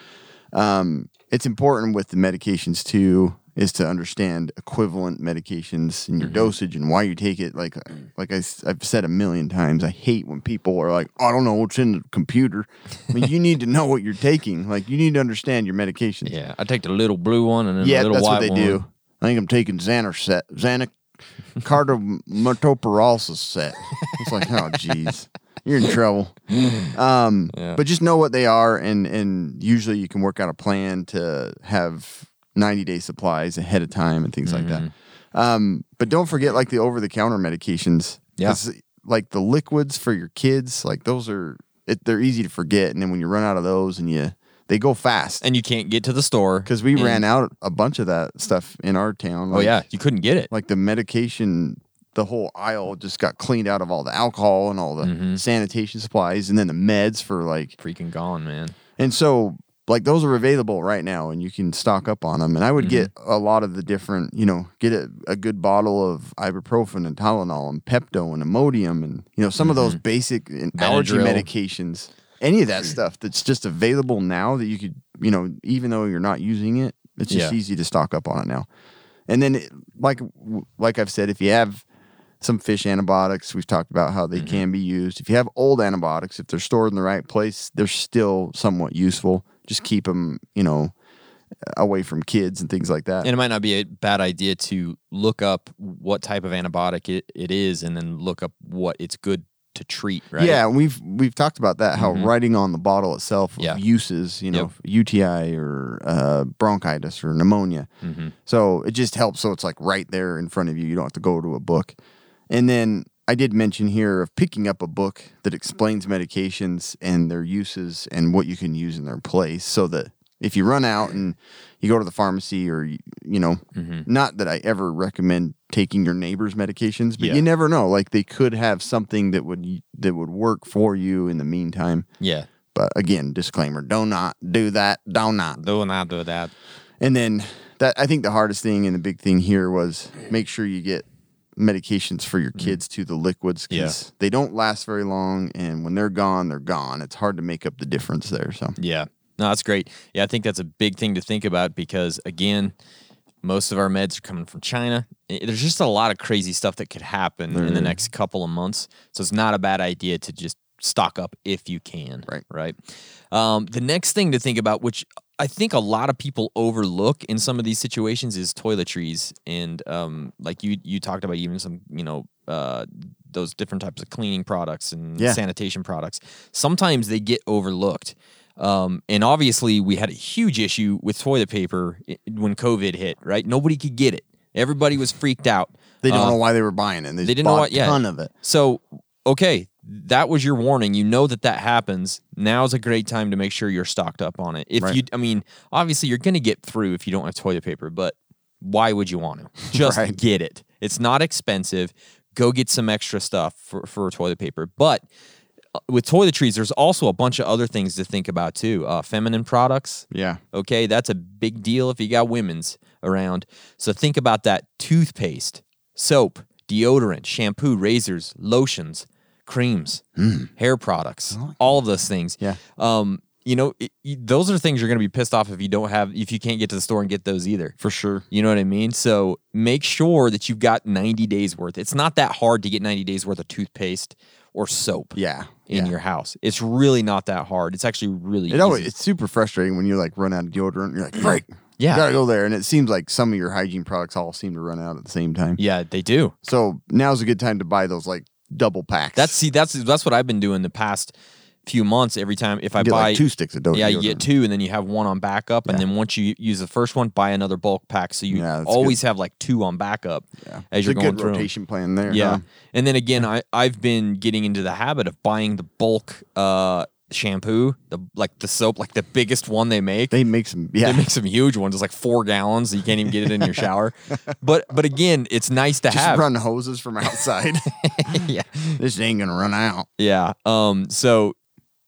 Speaker 3: Um, it's important with the medications too is to understand equivalent medications and your dosage and why you take it. Like, like I, have said a million times, I hate when people are like, I don't know what's in the computer. I mean, you need to know what you're taking. Like, you need to understand your medications.
Speaker 2: yeah i take the little blue one and then the
Speaker 3: Yeah,
Speaker 2: little
Speaker 3: that's
Speaker 2: white
Speaker 3: what they
Speaker 2: one
Speaker 3: do. I think I'm taking Xanarset, Xanac, cardomatoparosis set. It's like, oh, jeez, you're in trouble. Um,
Speaker 2: Yeah.
Speaker 3: But just know what they are, and and usually you can work out a plan to have 90 day supplies ahead of time and things like
Speaker 2: Mm-hmm.
Speaker 3: that. Um, but don't forget like the over the counter medications.
Speaker 2: Yeah.
Speaker 3: 'Cause, Like the liquids for your kids, like those are it, they're easy to forget, and then when you run out of those, and you they go fast
Speaker 2: and you can't get to the store
Speaker 3: because we
Speaker 2: and-
Speaker 3: ran out a bunch of that stuff in our town.
Speaker 2: oh
Speaker 3: like-
Speaker 2: yeah you couldn't get it
Speaker 3: like the medication, the whole aisle just got cleaned out of all the alcohol and all the
Speaker 2: Mm-hmm.
Speaker 3: sanitation supplies, and then the meds for like,
Speaker 2: freaking gone, man.
Speaker 3: and so like those are available right now, and you can stock up on them. And I would get
Speaker 2: Mm-hmm.
Speaker 3: a lot of the different, you know, get a, a good bottle of ibuprofen and Tylenol and Pepto and Imodium, and you know some of those basic and allergy
Speaker 2: Mm-hmm. Benadryl.
Speaker 3: medications. Any of that stuff that's just available now that you could, you know, even though you're not using it, it's just
Speaker 2: Yeah.
Speaker 3: easy to stock up on it now. And then, it- like like I've said, if you have some fish antibiotics, we've talked about how they
Speaker 2: Mm-hmm.
Speaker 3: can be used. If you have old antibiotics, if they're stored in the right place, they're still somewhat useful. Just keep them, you know, away from kids and things like that.
Speaker 2: And it might not be a bad idea to look up what type of antibiotic it, it is and then look up what it's good to treat, right? Mm-hmm.
Speaker 3: Yeah, and we've we've talked about that how writing on the bottle itself of
Speaker 2: Yeah.
Speaker 3: uses, you know,
Speaker 2: Yep.
Speaker 3: UTI or uh, bronchitis or pneumonia.
Speaker 2: Mm-hmm.
Speaker 3: So it just helps. So it's like right there in front of you. You don't have to go to a book. And then I did mention here of picking up a book that explains medications and their uses and what you can use in their place, so that if you run out and you go to the pharmacy or you, you know,
Speaker 2: Mm-hmm.
Speaker 3: not that I ever recommend taking your neighbor's medications, but
Speaker 2: Yeah.
Speaker 3: you never know. Like they could have something that would that would work for you in the meantime.
Speaker 2: Yeah.
Speaker 3: But again, disclaimer: do not do that. Do not
Speaker 2: Do not do that.
Speaker 3: and then that I think the hardest thing and the big thing here was make sure you get medications for your
Speaker 2: Mm-hmm.
Speaker 3: kids to the liquids because they don't last very long and when they're gone, they're gone. It's hard to make up the difference there. So
Speaker 2: Yeah. No, that's great. Yeah, I think that's a big thing to think about because again, Most of our meds are coming from China. I- There's just a lot of crazy stuff that could happen in
Speaker 3: Mm.
Speaker 2: the next couple of months. So it's not a bad idea to just stock up if you can.
Speaker 3: Right.
Speaker 2: Right. Um, the next thing to think about, which I think a lot of people overlook in some of these situations, is toiletries and um, like you you talked about even some you know uh, those different types of cleaning products and
Speaker 3: Yeah.
Speaker 2: sanitation products. Sometimes they get overlooked. Um, and obviously, we had a huge issue with toilet paper i- when COVID hit, right? Nobody could get it. Everybody was freaked out.
Speaker 3: They don't
Speaker 2: Uh,
Speaker 3: know why they were buying it. and They,
Speaker 2: they
Speaker 3: just
Speaker 2: didn't know
Speaker 3: bought
Speaker 2: what-
Speaker 3: a
Speaker 2: yeah.
Speaker 3: ton of it.
Speaker 2: So, okay, that was your warning. You know that that happens. Now's a great time to make sure you're stocked up on it. If
Speaker 3: Right.
Speaker 2: you, I mean, obviously you're going to get through if you don't have toilet paper, but why would you want to? Just
Speaker 3: Right.
Speaker 2: get it. It's not expensive. Go get some extra stuff for, for toilet paper. But uh, with toiletries, there's also a bunch of other things to think about too. Uh, feminine products.
Speaker 3: Yeah.
Speaker 2: Okay, that's a big deal if you got women's around. So think about that toothpaste, soap, deodorant, shampoo, razors, lotions, creams,
Speaker 3: Mm.
Speaker 2: hair products, all of those things.
Speaker 3: Yeah.
Speaker 2: Um, you know, it, you- those are things you're going to be pissed off if you don't have if you can't get to the store and get those either.
Speaker 3: For sure.
Speaker 2: You know what I mean? So make sure that you've got 90 days worth. It's not that hard to get 90 days worth of toothpaste or soap
Speaker 3: Yeah.
Speaker 2: in
Speaker 3: yeah.
Speaker 2: your house. It's really not that hard. It's actually really
Speaker 3: It always
Speaker 2: easy.
Speaker 3: it's super frustrating when you like run out of deodorant. You're like, great,
Speaker 2: Yeah.
Speaker 3: gotta go there. And it seems like some of your hygiene products all seem to run out at the same time.
Speaker 2: Yeah, they do.
Speaker 3: So now's a good time to buy those like double packs.
Speaker 2: That's see, that's that's what I've been doing the past few months. Every time if I
Speaker 3: you get
Speaker 2: buy
Speaker 3: like two sticks of do- deodorant.
Speaker 2: yeah, you get two, and then you have one on backup, and then once you use the first one, buy another bulk pack, so you
Speaker 3: Yeah, that's
Speaker 2: always have like two on backup as
Speaker 3: It's
Speaker 2: you're
Speaker 3: a
Speaker 2: going
Speaker 3: good
Speaker 2: through. 'em.
Speaker 3: rotation plan there.
Speaker 2: Yeah,
Speaker 3: huh?
Speaker 2: and then again, I I've been getting into the habit of buying the bulk uh shampoo, the like the soap, like the biggest one they make.
Speaker 3: They make some yeah.
Speaker 2: They make some huge ones. It's like four gallons. You can't even get it in your shower. But but again, it's nice to
Speaker 3: just
Speaker 2: have.
Speaker 3: run hoses from outside.
Speaker 2: yeah.
Speaker 3: this ain't gonna run out.
Speaker 2: Yeah. Um. So,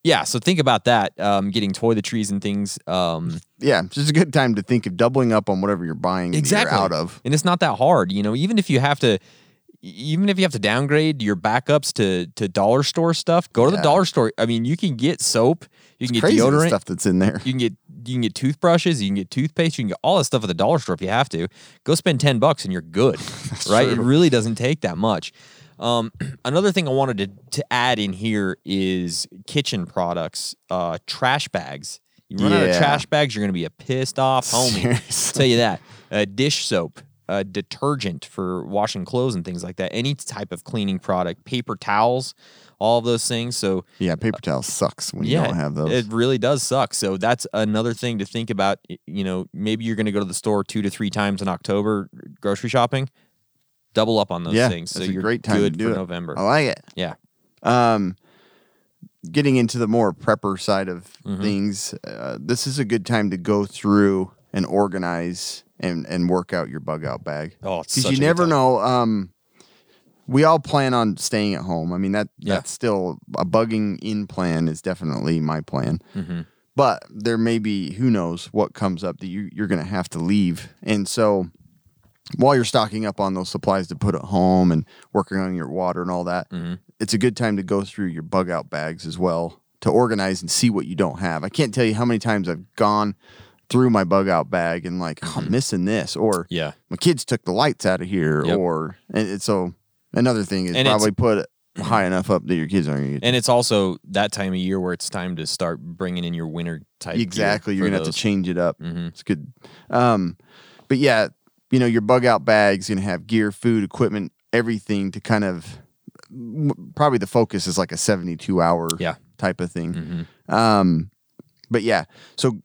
Speaker 2: yeah. So think about that. Um. Getting toiletries and things. Um.
Speaker 3: Yeah, it's just a good time to think of doubling up on whatever you're buying
Speaker 2: Exactly.
Speaker 3: and you're out of.
Speaker 2: And it's not that hard. You know, even if you have to, e, even if you have to downgrade your backups to to dollar store stuff, go to the
Speaker 3: Yeah.
Speaker 2: dollar store. I mean, you can get soap. You can get
Speaker 3: Crazy the
Speaker 2: deodorant.
Speaker 3: stuff that's in there.
Speaker 2: You can get you can get toothbrushes, you can get toothpaste, you can get all that stuff at the dollar store if you have to. Go spend ten bucks and you're good, right? It really doesn't take that much. Um, another thing I wanted to, to add in here is kitchen products, uh, trash bags. You run out of
Speaker 3: Yeah.
Speaker 2: trash bags, you're gonna be a pissed off homie.
Speaker 3: Seriously.
Speaker 2: tell you that. Uh, dish soap, uh, detergent for washing clothes and things like that. Any type of cleaning product, paper towels, all of those things. So
Speaker 3: Yeah, paper towel sucks when you don't have those.
Speaker 2: it really does suck. So that's another thing to think about. Y- You know, maybe you're going to go to the store two to three times in October grocery shopping. Double up on those
Speaker 3: yeah,
Speaker 2: things. So
Speaker 3: that's a
Speaker 2: you're
Speaker 3: great time
Speaker 2: good
Speaker 3: to do
Speaker 2: for
Speaker 3: it. Oh,
Speaker 2: November.
Speaker 3: I like it.
Speaker 2: yeah.
Speaker 3: Um, getting into the more prepper side of
Speaker 2: Mm-hmm.
Speaker 3: things, uh, this is a good time to go through and organize and and work out your bug out bag.
Speaker 2: Oh, it's
Speaker 3: because
Speaker 2: such a
Speaker 3: you
Speaker 2: good
Speaker 3: never
Speaker 2: time.
Speaker 3: know. Um, we all plan on staying at home. I mean that
Speaker 2: Yeah.
Speaker 3: that's still a bugging in plan is definitely my plan.
Speaker 2: Mm-hmm.
Speaker 3: But there may be who knows what comes up that you you're going to have to leave, and so while you're stocking up on those supplies to put at home and working on your water and all that,
Speaker 2: Mm-hmm.
Speaker 3: it's a good time to go through your bug out bags as well to organize and see what you don't have. I can't tell you how many times I've gone through my bug out bag and like, oh, I'm
Speaker 2: Mm-hmm.
Speaker 3: missing this, or
Speaker 2: Yeah.
Speaker 3: my kids took the lights out of here,
Speaker 2: Yep.
Speaker 3: or and it's so another thing is
Speaker 2: And it's-
Speaker 3: probably put it high enough up that your kids aren't going to
Speaker 2: And it's also that time of year where it's time to start bringing in your winter type. gear
Speaker 3: exactly. You're
Speaker 2: for
Speaker 3: gonna have
Speaker 2: those. Mm-hmm.
Speaker 3: to change it up. It's good. Um, but yeah, you know, your bug out bag's gonna have gear, food, equipment, everything to kind of m- probably the focus is like a 72 hour
Speaker 2: Yeah. Mm-hmm.
Speaker 3: type of thing. Um, but yeah, so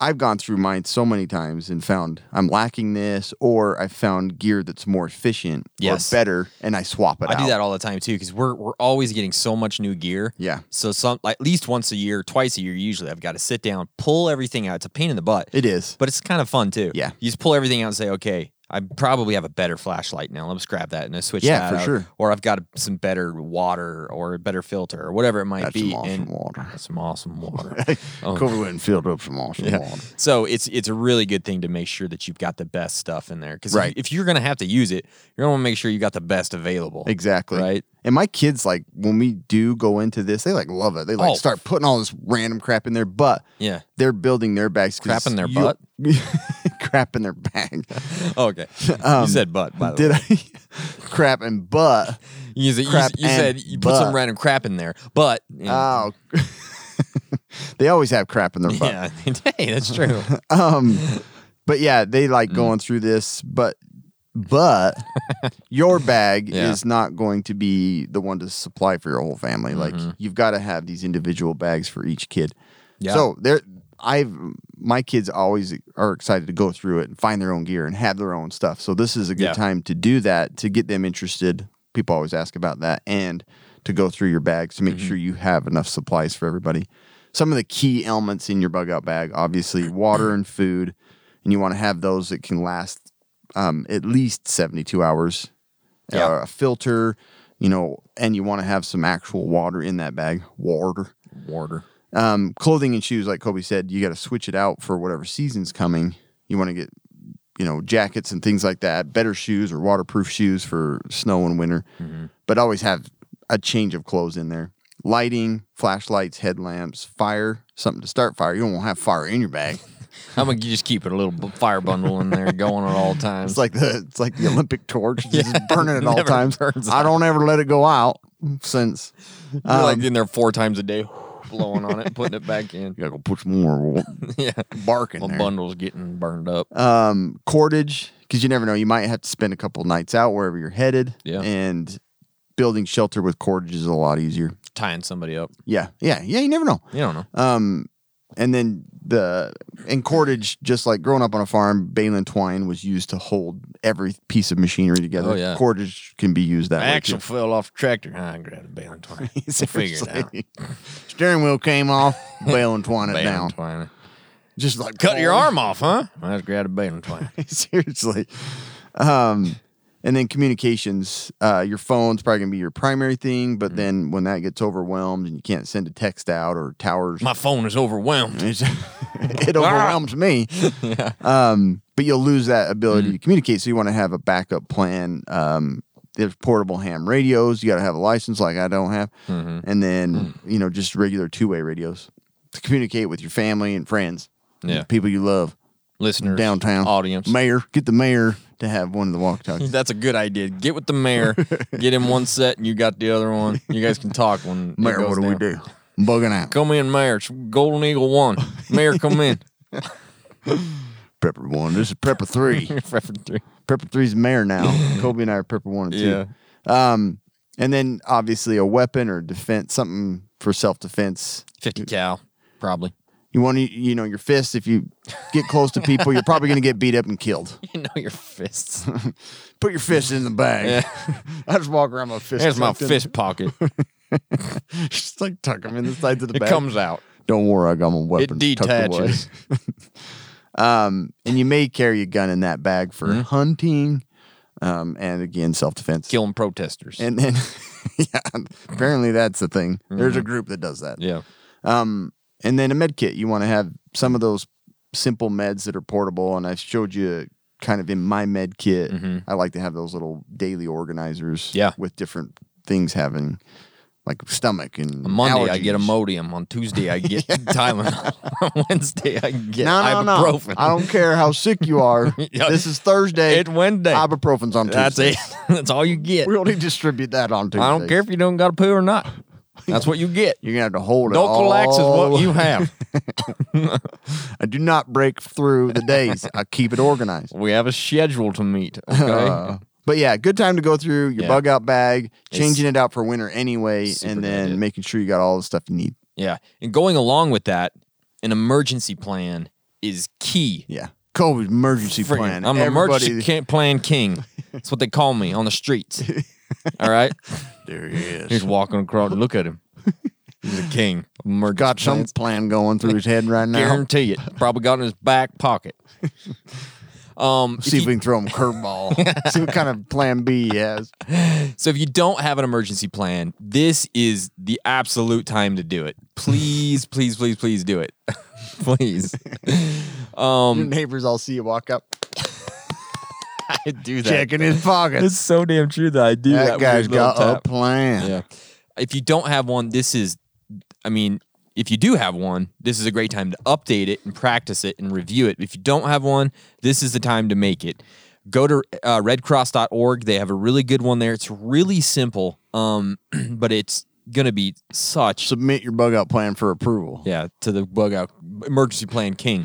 Speaker 3: I've gone through mine so many times and found I'm lacking this, or I found gear that's more efficient
Speaker 2: Yes.
Speaker 3: or better, and I swap it
Speaker 2: I
Speaker 3: out.
Speaker 2: do that all the time too because we're we're always getting so much new gear.
Speaker 3: Yeah.
Speaker 2: So some like, at least once a year, twice a year usually, I've got to sit down, pull everything out. It's a pain in the butt.
Speaker 3: It is.
Speaker 2: but it's kind of fun too.
Speaker 3: Yeah.
Speaker 2: You just pull everything out and say, okay, I probably have a better flashlight now. Let's grab that and I switch
Speaker 3: Yeah,
Speaker 2: that
Speaker 3: for
Speaker 2: out.
Speaker 3: sure.
Speaker 2: Or I've got some better water or a better filter or whatever it might
Speaker 3: Got
Speaker 2: be. Oh.
Speaker 3: some awesome
Speaker 2: and
Speaker 3: water.
Speaker 2: Got some awesome water.
Speaker 3: Cover went and filled up some awesome water.
Speaker 2: so it's it's a really good thing to make sure that you've got the best stuff in there. Because
Speaker 3: Right.
Speaker 2: if you're gonna have to use it, you're gonna want to make sure you got the best available.
Speaker 3: Exactly.
Speaker 2: Right.
Speaker 3: And my kids like when we do go into this, they like love it. They like
Speaker 2: Oh.
Speaker 3: start putting all this random crap in there, but
Speaker 2: Yeah.
Speaker 3: they're building their bags. 'cause
Speaker 2: Crap in their
Speaker 3: you-
Speaker 2: butt?
Speaker 3: crap in their bag.
Speaker 2: Oh, okay.
Speaker 3: Um,
Speaker 2: you said butt, by the
Speaker 3: Did
Speaker 2: way.
Speaker 3: I crap and butt?
Speaker 2: You, said- you
Speaker 3: crap
Speaker 2: said- you said
Speaker 3: and
Speaker 2: you put some
Speaker 3: butt.
Speaker 2: random crap in there, but. yeah.
Speaker 3: Oh, they always have crap in their butt.
Speaker 2: yeah. hey, that's true.
Speaker 3: Um, but yeah, they
Speaker 2: Mm.
Speaker 3: like going through this, but but your bag
Speaker 2: Yeah.
Speaker 3: is not going to be the one to supply for your whole family.
Speaker 2: Mm-hmm.
Speaker 3: Like you've got to have these individual bags for each kid.
Speaker 2: Yeah.
Speaker 3: So there, I've my kids always are excited to go through it and find their own gear and have their own stuff. So this is a good
Speaker 2: Yeah.
Speaker 3: time to do that to get them interested. People always ask about that and to go through your bags to make
Speaker 2: Mm-hmm.
Speaker 3: sure you have enough supplies for everybody. Some of the key elements in your bug out bag, obviously water and food, and you want to have those that can last um, at least 72 hours
Speaker 2: Yeah.
Speaker 3: uh, a filter, you know, and you want to have some actual water in that bag, water.
Speaker 2: Water.
Speaker 3: Um, clothing and shoes, like Kobe said, you got to switch it out for whatever season's coming. You want to get, you know, jackets and things like that, better shoes or waterproof shoes for snow and winter, but always have a change of clothes in there. Lighting, flashlights, headlamps, fire, something to start fire. You don't want to have fire in your bag.
Speaker 2: I'm going to just keep it a little bu- fire bundle in there going at all times.
Speaker 3: It's like the it's like the Olympic torch, It's just burning at all
Speaker 2: never
Speaker 3: times.
Speaker 2: burns
Speaker 3: I don't ever let it go out since
Speaker 2: You're
Speaker 3: um,
Speaker 2: like in there four times a day, blowing on it, putting it back in.
Speaker 3: you gotta go put some more
Speaker 2: Yeah.
Speaker 3: bark in
Speaker 2: My
Speaker 3: there.
Speaker 2: bundle's getting burned up.
Speaker 3: um, cordage because you never know. You might have to spend a couple nights out wherever you're headed.
Speaker 2: Yeah.
Speaker 3: And building shelter with cordage is a lot easier.
Speaker 2: Tying somebody up.
Speaker 3: Yeah. Yeah. Yeah. You never know.
Speaker 2: You don't know.
Speaker 3: Um, and then the and cordage, just like growing up on a farm, baling twine was used to hold every piece of machinery together.
Speaker 2: Oh, yeah.
Speaker 3: Cordage can be used that
Speaker 2: My
Speaker 3: way.
Speaker 2: axle
Speaker 3: too.
Speaker 2: fell off the tractor. I grabbed a baling twine. We'll figure it out.
Speaker 3: Seriously. Steering wheel came off, baling twine it
Speaker 2: Baling
Speaker 3: down.
Speaker 2: twine.
Speaker 3: Just like
Speaker 2: Cut your
Speaker 3: oh.
Speaker 2: arm off, huh? I just grabbed a baling twine.
Speaker 3: seriously. Um, and then communications, uh, your phone's probably gonna be your primary thing,
Speaker 2: Mm-hmm.
Speaker 3: but then when that gets overwhelmed and you can't send a text out or towers,
Speaker 2: My Ah! phone is overwhelmed.
Speaker 3: it's- it overwhelms me. Um, but you'll lose that
Speaker 2: Mm-hmm.
Speaker 3: ability to communicate, so you want to have a backup plan. Um, there's portable ham radios. You got to have a license, like I don't have,
Speaker 2: Mm-hmm.
Speaker 3: and then
Speaker 2: Mm.
Speaker 3: you know just regular two way radios to communicate with your family and friends,
Speaker 2: Yeah.
Speaker 3: people you love
Speaker 2: Listeners,
Speaker 3: downtown
Speaker 2: audience.
Speaker 3: mayor. Get the mayor to have one of the walkie talkies.
Speaker 2: That's a good idea. Get with the mayor. Get him one set, and you got the other one. You guys can talk when it
Speaker 3: mayor,
Speaker 2: goes
Speaker 3: what do we
Speaker 2: down.
Speaker 3: do? I'm bugging out.
Speaker 2: Come in, mayor. It's Golden Eagle one. Mayor, come in.
Speaker 3: Prepper one. This is Prepper three.
Speaker 2: Reference three.
Speaker 3: Prepper three's mayor now. Kobe and I are Prepper one and
Speaker 2: Yeah.
Speaker 3: two. Um, and then obviously a weapon or defense, something for self defense.
Speaker 2: Fifty cal, probably.
Speaker 3: You want to, you know, your fists. If you get close to people, you're probably going to get beat up and killed.
Speaker 2: You know your fists.
Speaker 3: Put your fist in the bag. I just walk around my fist.
Speaker 2: There's my
Speaker 3: tucked in.
Speaker 2: fist pocket.
Speaker 3: just like tuck them in the sides of the
Speaker 2: It
Speaker 3: bag.
Speaker 2: comes out.
Speaker 3: Don't worry, I got my weapon.
Speaker 2: It
Speaker 3: tucked away.
Speaker 2: detaches.
Speaker 3: Um, and you may carry a gun in that bag for
Speaker 2: Mm-hmm.
Speaker 3: hunting, um, and again self defense.
Speaker 2: Killing protesters.
Speaker 3: And then, yeah, apparently that's the thing. There's a group that does that.
Speaker 2: Mm-hmm.
Speaker 3: Um,
Speaker 2: yeah.
Speaker 3: And then a med kit. You want to have some of those simple meds that are portable. And I showed you kind of in my med kit. I like to have those little daily organizers.
Speaker 2: Mm-hmm. Yeah.
Speaker 3: with different things having like stomach and
Speaker 2: On Monday I get
Speaker 3: allergies.
Speaker 2: Imodium. On Tuesday I get Tylenol. On Wednesday I get
Speaker 3: No, no, no.
Speaker 2: ibuprofen.
Speaker 3: I don't care how sick you are.
Speaker 2: Yeah.
Speaker 3: This is Thursday.
Speaker 2: It's Wednesday.
Speaker 3: Ibuprofen's on Tuesday.
Speaker 2: That's it. That's all you get.
Speaker 3: We only distribute that on Tuesday.
Speaker 2: I don't care if you don't got a poo or not. That's what you get.
Speaker 3: You're gonna have to hold it.
Speaker 2: Dopalax is
Speaker 3: all-
Speaker 2: what you have.
Speaker 3: I do not break through the days. I keep it organized.
Speaker 2: We have a schedule to meet. Okay.
Speaker 3: Uh, but yeah, good time to go through your
Speaker 2: Yeah.
Speaker 3: bug out bag,
Speaker 2: It's-
Speaker 3: changing it out for winter anyway,
Speaker 2: Super
Speaker 3: and
Speaker 2: good
Speaker 3: then
Speaker 2: idea.
Speaker 3: making sure you got all the stuff you need.
Speaker 2: yeah. And going along with that, an emergency plan is key.
Speaker 3: Yeah, Kobe's emergency
Speaker 2: Friggin',
Speaker 3: plan.
Speaker 2: I'm an
Speaker 3: Everybody-
Speaker 2: emergency can- plan king. That's what they call me on the streets. All right.
Speaker 3: There he is.
Speaker 2: He's walking across. Look at him. He's a king. of Emergency
Speaker 3: Got some
Speaker 2: plans.
Speaker 3: plan going through his head right now.
Speaker 2: Guarantee it. Probably got in his back pocket. Um,
Speaker 3: See if we can throw him a curveball. See what kind of plan B he has.
Speaker 2: So if you don't have an emergency plan, this is the absolute time to do it. Please, please, please, please do it. please. Um,
Speaker 3: Your neighbors all see you walk up,
Speaker 2: I do that.
Speaker 3: checking his pockets.
Speaker 2: It's so damn true that I do
Speaker 3: That
Speaker 2: that.
Speaker 3: guy's
Speaker 2: weird little
Speaker 3: got a
Speaker 2: tap.
Speaker 3: plan.
Speaker 2: Yeah. If you don't have one, this is I mean, if you do have one, this is a great time to update it and practice it and review it. If you don't have one, this is the time to make it. Go to uh, redcross.org. They have a really good one there. It's really simple, um, but it's going to be such
Speaker 3: Submit your bug out plan for approval.
Speaker 2: yeah, to the bug out emergency plan king.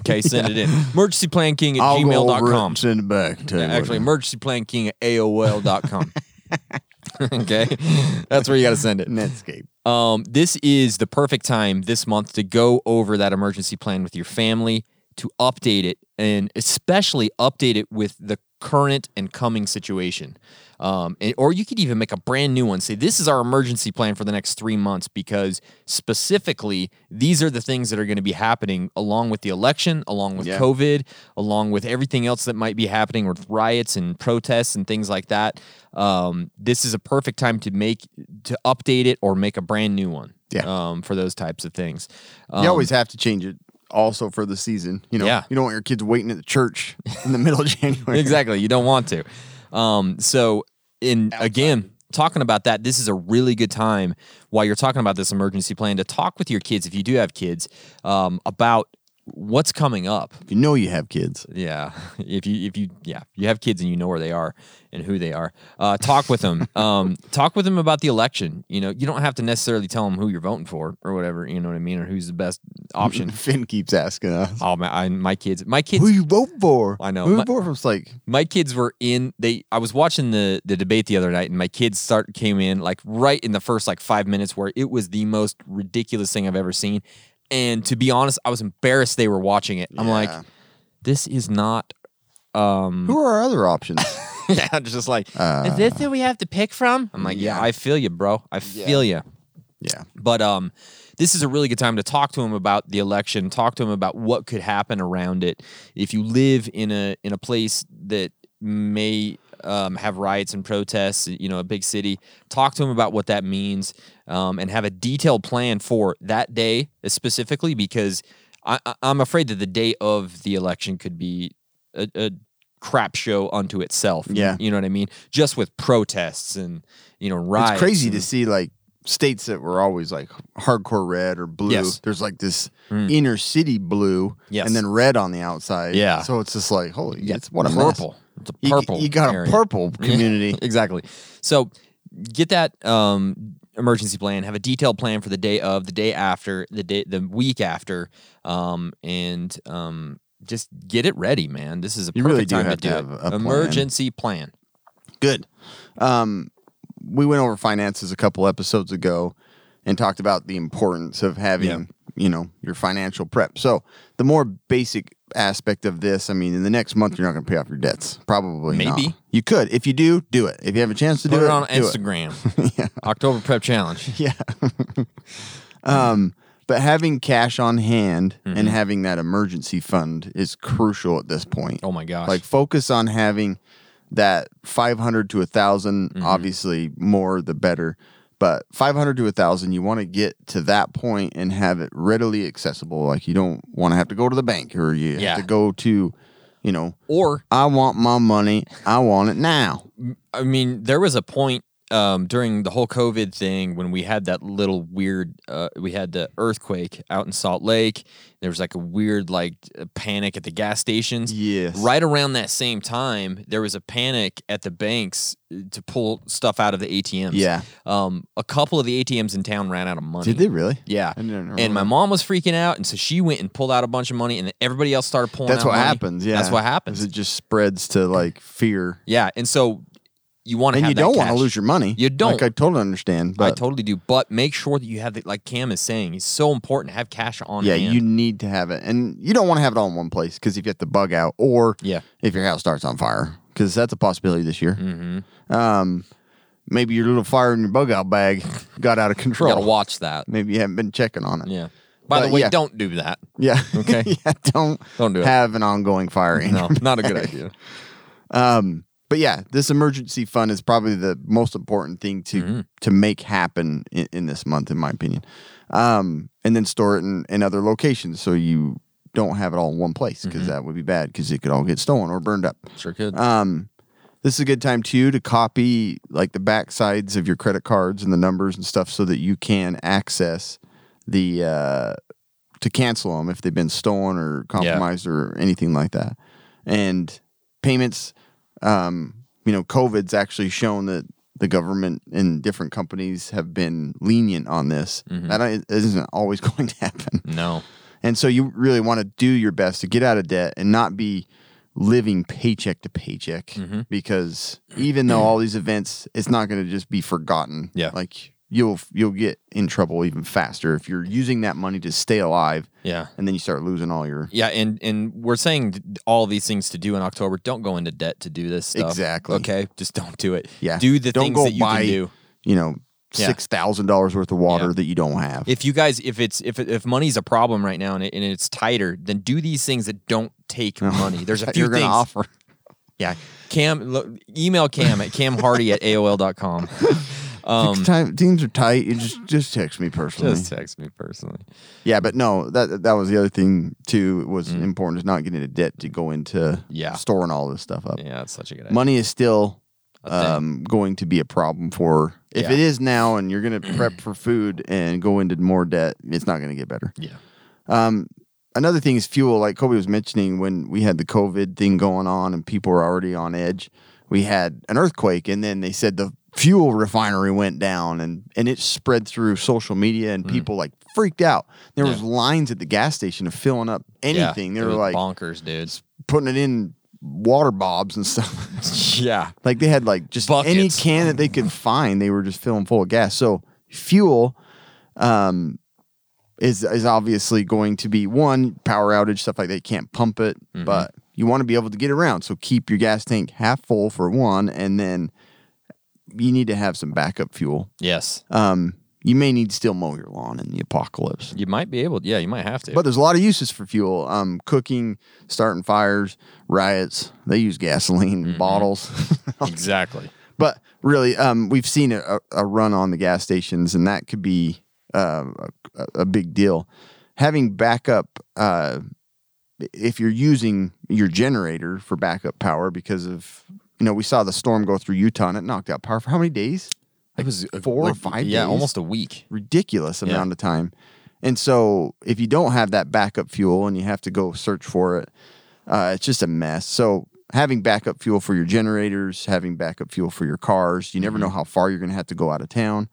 Speaker 2: Okay, send it in. Emergency plan king at
Speaker 3: I'll go over it
Speaker 2: gmail.com.
Speaker 3: and send it back. Tell you what.
Speaker 2: Actually, emergency plan king at AOL.com. okay, that's where you got to send it.
Speaker 3: Netscape.
Speaker 2: Um, this is the perfect time this month to go over that emergency plan with your family, to update it, and especially update it with the current and coming situation. Um, and- or you could even make a brand new one. Say, this is our emergency plan for the next three months because specifically, these are the things that are going to be happening along with the election, along with
Speaker 3: Yeah.
Speaker 2: COVID, along with everything else that might be happening with riots and protests and things like that. Um, this is a perfect time to make to update it or make a brand new one.
Speaker 3: Yeah.
Speaker 2: Um, for those types of things.
Speaker 3: You always have to change it also for the season. You know,
Speaker 2: Um, Yeah.
Speaker 3: you don't want your kids waiting at the church in the middle of January.
Speaker 2: exactly. You don't want to. Um, so, in again, talking about that, this is a really good time while you're talking about this emergency plan to talk with your kids, if you do have kids, um, about what's coming up.
Speaker 3: You know you have kids.
Speaker 2: Yeah. If you if you yeah, you have kids and you know where they are and who they are. Uh, talk with them. um, talk with them about the election. You know, you don't have to necessarily tell them who you're voting for or whatever. You know what I mean, or who's the best option.
Speaker 3: Finn keeps asking us,
Speaker 2: oh my, I, my kids, my Mm-hmm. kids.
Speaker 3: "Who you vote for?"
Speaker 2: I know.
Speaker 3: Who
Speaker 2: My-
Speaker 3: you vote for? It's like
Speaker 2: my kids were in they i was watching the the debate the other night and my kids start came in like right in the first like five minutes where it was the most ridiculous thing i've ever seen and to be honest i was embarrassed they were watching it i'm like
Speaker 3: Yeah.
Speaker 2: this is not um,
Speaker 3: who are our other options?
Speaker 2: yeah I'm just like is this who we have to pick from i'm like yeah, i feel you bro i feel you
Speaker 3: yeah,
Speaker 2: but um, this is a really good time to talk to him about the election, talk to him about what could happen around it. If you live in a in a place that may um, have riots and protests, you know, a big city, talk to him about what that means, um, and have a detailed plan for that day specifically, because I, I- I'm afraid that the day of the election could be a, a crap show unto itself.
Speaker 3: Yeah.
Speaker 2: you know what I mean. Just with protests and you know riots.
Speaker 3: it's crazy
Speaker 2: and-
Speaker 3: to see like states that were always like hardcore red or blue.
Speaker 2: Yes. Mm.
Speaker 3: There's like this inner city blue,
Speaker 2: Yes.
Speaker 3: and then red on the outside.
Speaker 2: Yeah.
Speaker 3: so it's just like holy,
Speaker 2: Yeah,
Speaker 3: it's what a mess.
Speaker 2: purple. It's a
Speaker 3: You-
Speaker 2: purple.
Speaker 3: You, got
Speaker 2: area.
Speaker 3: a purple community.
Speaker 2: exactly. So get that um, emergency plan. Have a detailed plan for the day of, the day after, the day, the week after, um, and um, just get it ready, man. This is a
Speaker 3: You
Speaker 2: perfect
Speaker 3: really do
Speaker 2: time
Speaker 3: have
Speaker 2: to
Speaker 3: to
Speaker 2: do
Speaker 3: have
Speaker 2: it.
Speaker 3: a plan.
Speaker 2: Emergency plan.
Speaker 3: Good. Um, we went over finances a couple episodes ago and talked about the importance of having,
Speaker 2: Yeah.
Speaker 3: you know, your financial prep. So the more basic aspect of this, I mean, in the next month, you're not going to pay off your debts. Probably not.
Speaker 2: Maybe.
Speaker 3: You could. If you do, do it. If you have a chance to
Speaker 2: Put
Speaker 3: do
Speaker 2: it on
Speaker 3: do
Speaker 2: Instagram. October prep challenge.
Speaker 3: yeah. um, but having cash on hand
Speaker 2: Mm-hmm.
Speaker 3: and having that emergency fund is crucial at this point.
Speaker 2: Oh my gosh.
Speaker 3: Like focus on having that 500 to 1000,
Speaker 2: Mm-hmm.
Speaker 3: obviously more the better. But 500 to 1000, you want to get to that point and have it readily accessible. Like you don't want to have to go to the bank or you
Speaker 2: Yeah.
Speaker 3: have to go to, you know,
Speaker 2: or
Speaker 3: I want my money. I want it now.
Speaker 2: I mean, there was a point um, during the whole COVID thing when we had that little weird, uh, we had the earthquake out in Salt Lake. There was like a weird, like uh, panic at the gas stations.
Speaker 3: Yes.
Speaker 2: Right around that same time, there was a panic at the banks uh, to pull stuff out of the ATMs.
Speaker 3: Yeah.
Speaker 2: Um, a couple of the ATMs in town ran out of money.
Speaker 3: Did they really?
Speaker 2: Yeah.
Speaker 3: I didn't
Speaker 2: and my
Speaker 3: remember.
Speaker 2: mom was freaking out, and so she went and pulled out a bunch of money, and then everybody else started pulling.
Speaker 3: That's
Speaker 2: out
Speaker 3: what
Speaker 2: money.
Speaker 3: happens. Yeah.
Speaker 2: That's what
Speaker 3: is
Speaker 2: happens.
Speaker 3: It just spreads to like fear.
Speaker 2: Yeah, and so you want to
Speaker 3: And
Speaker 2: have
Speaker 3: you
Speaker 2: that
Speaker 3: don't want to
Speaker 2: cash.
Speaker 3: lose your money.
Speaker 2: You don't.
Speaker 3: Like I totally understand. But
Speaker 2: I totally do. But make sure that you have it, like Cam is saying, it's so important. Have cash on
Speaker 3: Yeah,
Speaker 2: hand.
Speaker 3: you need to have it, and you don't want to have it all in one place because if you have to bug out, or
Speaker 2: Yeah.
Speaker 3: if your house starts on fire, because that's a possibility this year.
Speaker 2: Mm-hmm.
Speaker 3: Um, maybe your little fire in your bug out bag got out of
Speaker 2: You
Speaker 3: control.
Speaker 2: gotta watch that.
Speaker 3: Maybe you haven't been checking on it.
Speaker 2: Yeah. By the
Speaker 3: But
Speaker 2: way,
Speaker 3: yeah.
Speaker 2: don't do that.
Speaker 3: Yeah.
Speaker 2: Okay.
Speaker 3: yeah. Don't
Speaker 2: Don't do it.
Speaker 3: have an ongoing fire. in
Speaker 2: No,
Speaker 3: your-
Speaker 2: not a good idea.
Speaker 3: But yeah, this emergency fund is probably the most important thing to to make happen in, in this month, in my opinion. Um, and then store it in, in other locations so you don't have it all in one place because that would be bad because it could all get stolen or burned up.
Speaker 2: Sure could.
Speaker 3: Um, this is a good time too to copy like the back sides of your credit cards and the numbers and stuff so that you can access the uh, to cancel them if they've been stolen or compromised or anything like that. And payments, um, you know, COVID's actually shown that the government and different companies have been lenient on this. That i- isn't always going to happen.
Speaker 2: No.
Speaker 3: And so you really want to do your best to get out of debt and not be living paycheck to paycheck
Speaker 2: Mm-hmm.
Speaker 3: because even though all these events, it's not going to just be forgotten.
Speaker 2: Yeah.
Speaker 3: Like you'll you'll get in trouble even faster if you're using that money to stay alive
Speaker 2: Yeah.
Speaker 3: and then you start losing all your
Speaker 2: Yeah, and and we're saying th- all these things to do in October. Don't go into debt to do this stuff.
Speaker 3: Exactly.
Speaker 2: Okay, just don't do it.
Speaker 3: yeah.
Speaker 2: do the
Speaker 3: Don't
Speaker 2: things
Speaker 3: go
Speaker 2: that you
Speaker 3: buy,
Speaker 2: can do.
Speaker 3: You know,
Speaker 2: Yeah.
Speaker 3: six thousand dollars worth of water
Speaker 2: Yeah.
Speaker 3: that you don't have.
Speaker 2: If you guys, if it's if if money's a problem right now and, it, and it's tighter, then do these things that don't take money. There's a
Speaker 3: That
Speaker 2: few
Speaker 3: you're gonna
Speaker 2: things.
Speaker 3: offer.
Speaker 2: Yeah, Cam, lo- email Cam at camhardy at aol.com. Um,
Speaker 3: Time, teams are tight. You just just text me personally.
Speaker 2: just text me personally.
Speaker 3: Yeah, but no, that that was the other thing too. Was important to not get into debt to go into
Speaker 2: Mm-hmm. Yeah.
Speaker 3: storing all this stuff up.
Speaker 2: Yeah, that's such a good idea.
Speaker 3: Money is still
Speaker 2: thing.
Speaker 3: um, going to be a problem for if
Speaker 2: Yeah.
Speaker 3: it is now, and you're going to prep for food and go into more debt. It's not going to get better.
Speaker 2: Yeah.
Speaker 3: Another thing is fuel. Like Kobe was mentioning, when we had the COVID thing going on and people were already on edge, we had an earthquake, and then they said the fuel refinery went down, and and it spread through social media,
Speaker 2: Mm.
Speaker 3: and people like freaked out. There was lines at the gas station of filling up
Speaker 2: Yeah,
Speaker 3: anything.
Speaker 2: it
Speaker 3: they
Speaker 2: was
Speaker 3: were like
Speaker 2: bonkers, dude.
Speaker 3: putting it in water bobs and stuff.
Speaker 2: yeah,
Speaker 3: Like they had like just any
Speaker 2: Buckets.
Speaker 3: can that they could find, they were just filling full of gas. So fuel um is is obviously going to be one power outage, stuff like that. You can't pump it,
Speaker 2: Mm-hmm.
Speaker 3: but you want to be able to get around. So keep your gas tank half full for one, and then you need to have some backup fuel.
Speaker 2: yes.
Speaker 3: Um you may need to still mow your lawn in the apocalypse.
Speaker 2: you might be able. Yeah, you might have to.
Speaker 3: But there's a lot of uses for fuel. Um, cooking, starting fires, riots. They use gasoline
Speaker 2: Mm-hmm.
Speaker 3: in bottles.
Speaker 2: exactly.
Speaker 3: But really, um, we've seen a, a run on the gas stations, and that could be uh, a, a big deal. Having backup, uh, if you're using your generator for backup power, because of you know we saw the storm go through Utah and it knocked out power for how many days?
Speaker 2: it was a-
Speaker 3: four or
Speaker 2: like,
Speaker 3: five
Speaker 2: Yeah,
Speaker 3: days?
Speaker 2: almost a week.
Speaker 3: ridiculous amount of time. And so, if you don't have that backup fuel and you have to go search for it, uh, it's just a mess. So, having backup fuel for your generators, having backup fuel for your cars, you never know how far you're going to have to go out of town.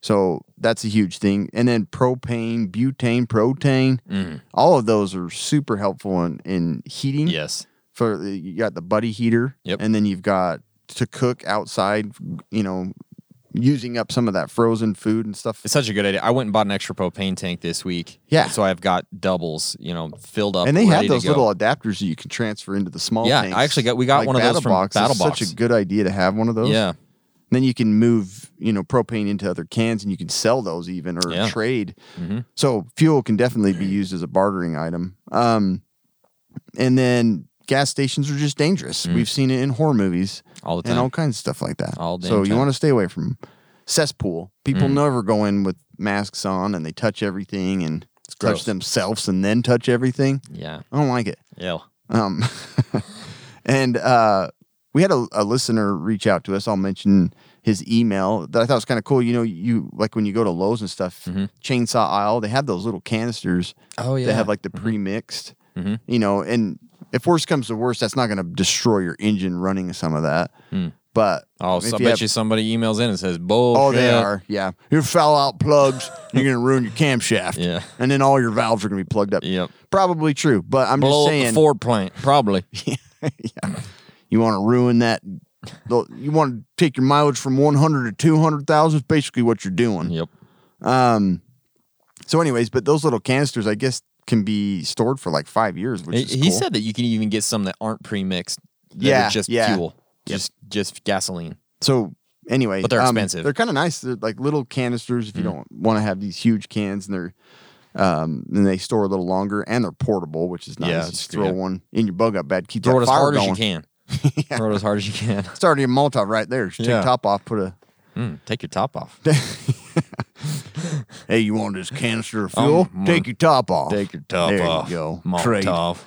Speaker 3: So, that's a huge thing. And then propane, butane, protein, all of those are super helpful in, in heating.
Speaker 2: Yes.
Speaker 3: For you got the buddy heater,
Speaker 2: Yep.
Speaker 3: and then you've got to cook outside, you know, using up some of that frozen food and stuff.
Speaker 2: It's such a good idea. I went and bought an extra propane tank this week.
Speaker 3: Yeah.
Speaker 2: So I've got doubles, you know, filled up.
Speaker 3: and they
Speaker 2: ready
Speaker 3: have
Speaker 2: to
Speaker 3: those
Speaker 2: go.
Speaker 3: little adapters that you can transfer into the small.
Speaker 2: Yeah, I
Speaker 3: tanks.
Speaker 2: actually got- we got one of those
Speaker 3: Battle
Speaker 2: from
Speaker 3: Box.
Speaker 2: Battle
Speaker 3: It's
Speaker 2: Box.
Speaker 3: Such a good idea to have one of those.
Speaker 2: Yeah.
Speaker 3: Then you can move, you know, propane into other cans, and you can sell those even or
Speaker 2: Yeah. Mm-hmm.
Speaker 3: trade. So fuel can definitely be used as a bartering item. Um, and then gas stations are just dangerous. We've seen it in horror movies
Speaker 2: Mm. All the
Speaker 3: and
Speaker 2: time.
Speaker 3: all kinds of stuff like that.
Speaker 2: All damn
Speaker 3: so you
Speaker 2: time. Mm.
Speaker 3: want to stay away from 'em. cesspool. People never go in with masks on, and they touch everything and
Speaker 2: gross.
Speaker 3: touch themselves and then touch everything.
Speaker 2: Yeah.
Speaker 3: I don't like it.
Speaker 2: Yeah.
Speaker 3: Um, and uh, we had a, a listener reach out to us. I'll mention his email that I thought was kind of cool. You know, you like when you go to Lowe's and stuff, chainsaw aisle, they have those little canisters
Speaker 2: Mm-hmm. Oh yeah. Mm-hmm.
Speaker 3: that have like the pre mixed, you know, and if worst comes to worst, that's not going to destroy your engine running some of that. But
Speaker 2: Oh,
Speaker 3: if
Speaker 2: so I
Speaker 3: you
Speaker 2: bet
Speaker 3: have-
Speaker 2: you somebody emails in and says, "Bullshit."
Speaker 3: Oh, they are. Yeah. Your foul out plugs, you're going to ruin your camshaft.
Speaker 2: Yeah.
Speaker 3: And then all your valves are going to be plugged up.
Speaker 2: Yep.
Speaker 3: Probably true. But I'm
Speaker 2: Blow
Speaker 3: just
Speaker 2: up the
Speaker 3: saying.
Speaker 2: Ford plant, probably.
Speaker 3: You want to ruin that. the- You want to take your mileage from 100 to 200,000 is basically what you're doing. Um,
Speaker 2: yep.
Speaker 3: So, anyways, but those little canisters, I guess, can be stored for like five years, which
Speaker 2: He,
Speaker 3: is
Speaker 2: he
Speaker 3: cool.
Speaker 2: said that you can even get some that aren't pre-mixed. That
Speaker 3: Yeah,
Speaker 2: Are just
Speaker 3: yeah.
Speaker 2: fuel. Just just gasoline.
Speaker 3: So, anyway,
Speaker 2: But they're expensive. Mm.
Speaker 3: They're kind of nice. They're like little canisters if you don't want to have these huge cans, and they're um, and they store a little longer, and they're portable, which is nice.
Speaker 2: Yeah, it's
Speaker 3: Just
Speaker 2: good.
Speaker 3: throw one in your bug out bed, keep
Speaker 2: Throw
Speaker 3: that
Speaker 2: it as
Speaker 3: fire
Speaker 2: hard
Speaker 3: going.
Speaker 2: as you can. Throw it as hard as you can.
Speaker 3: It's already a multi right there. Just
Speaker 2: Yeah.
Speaker 3: Take top off, put a
Speaker 2: Mm, take your top off.
Speaker 3: hey, you want this canister of fuel? Take your top off.
Speaker 2: Um, Take your top
Speaker 3: There you
Speaker 2: off.
Speaker 3: go. Trade.
Speaker 2: Molotov.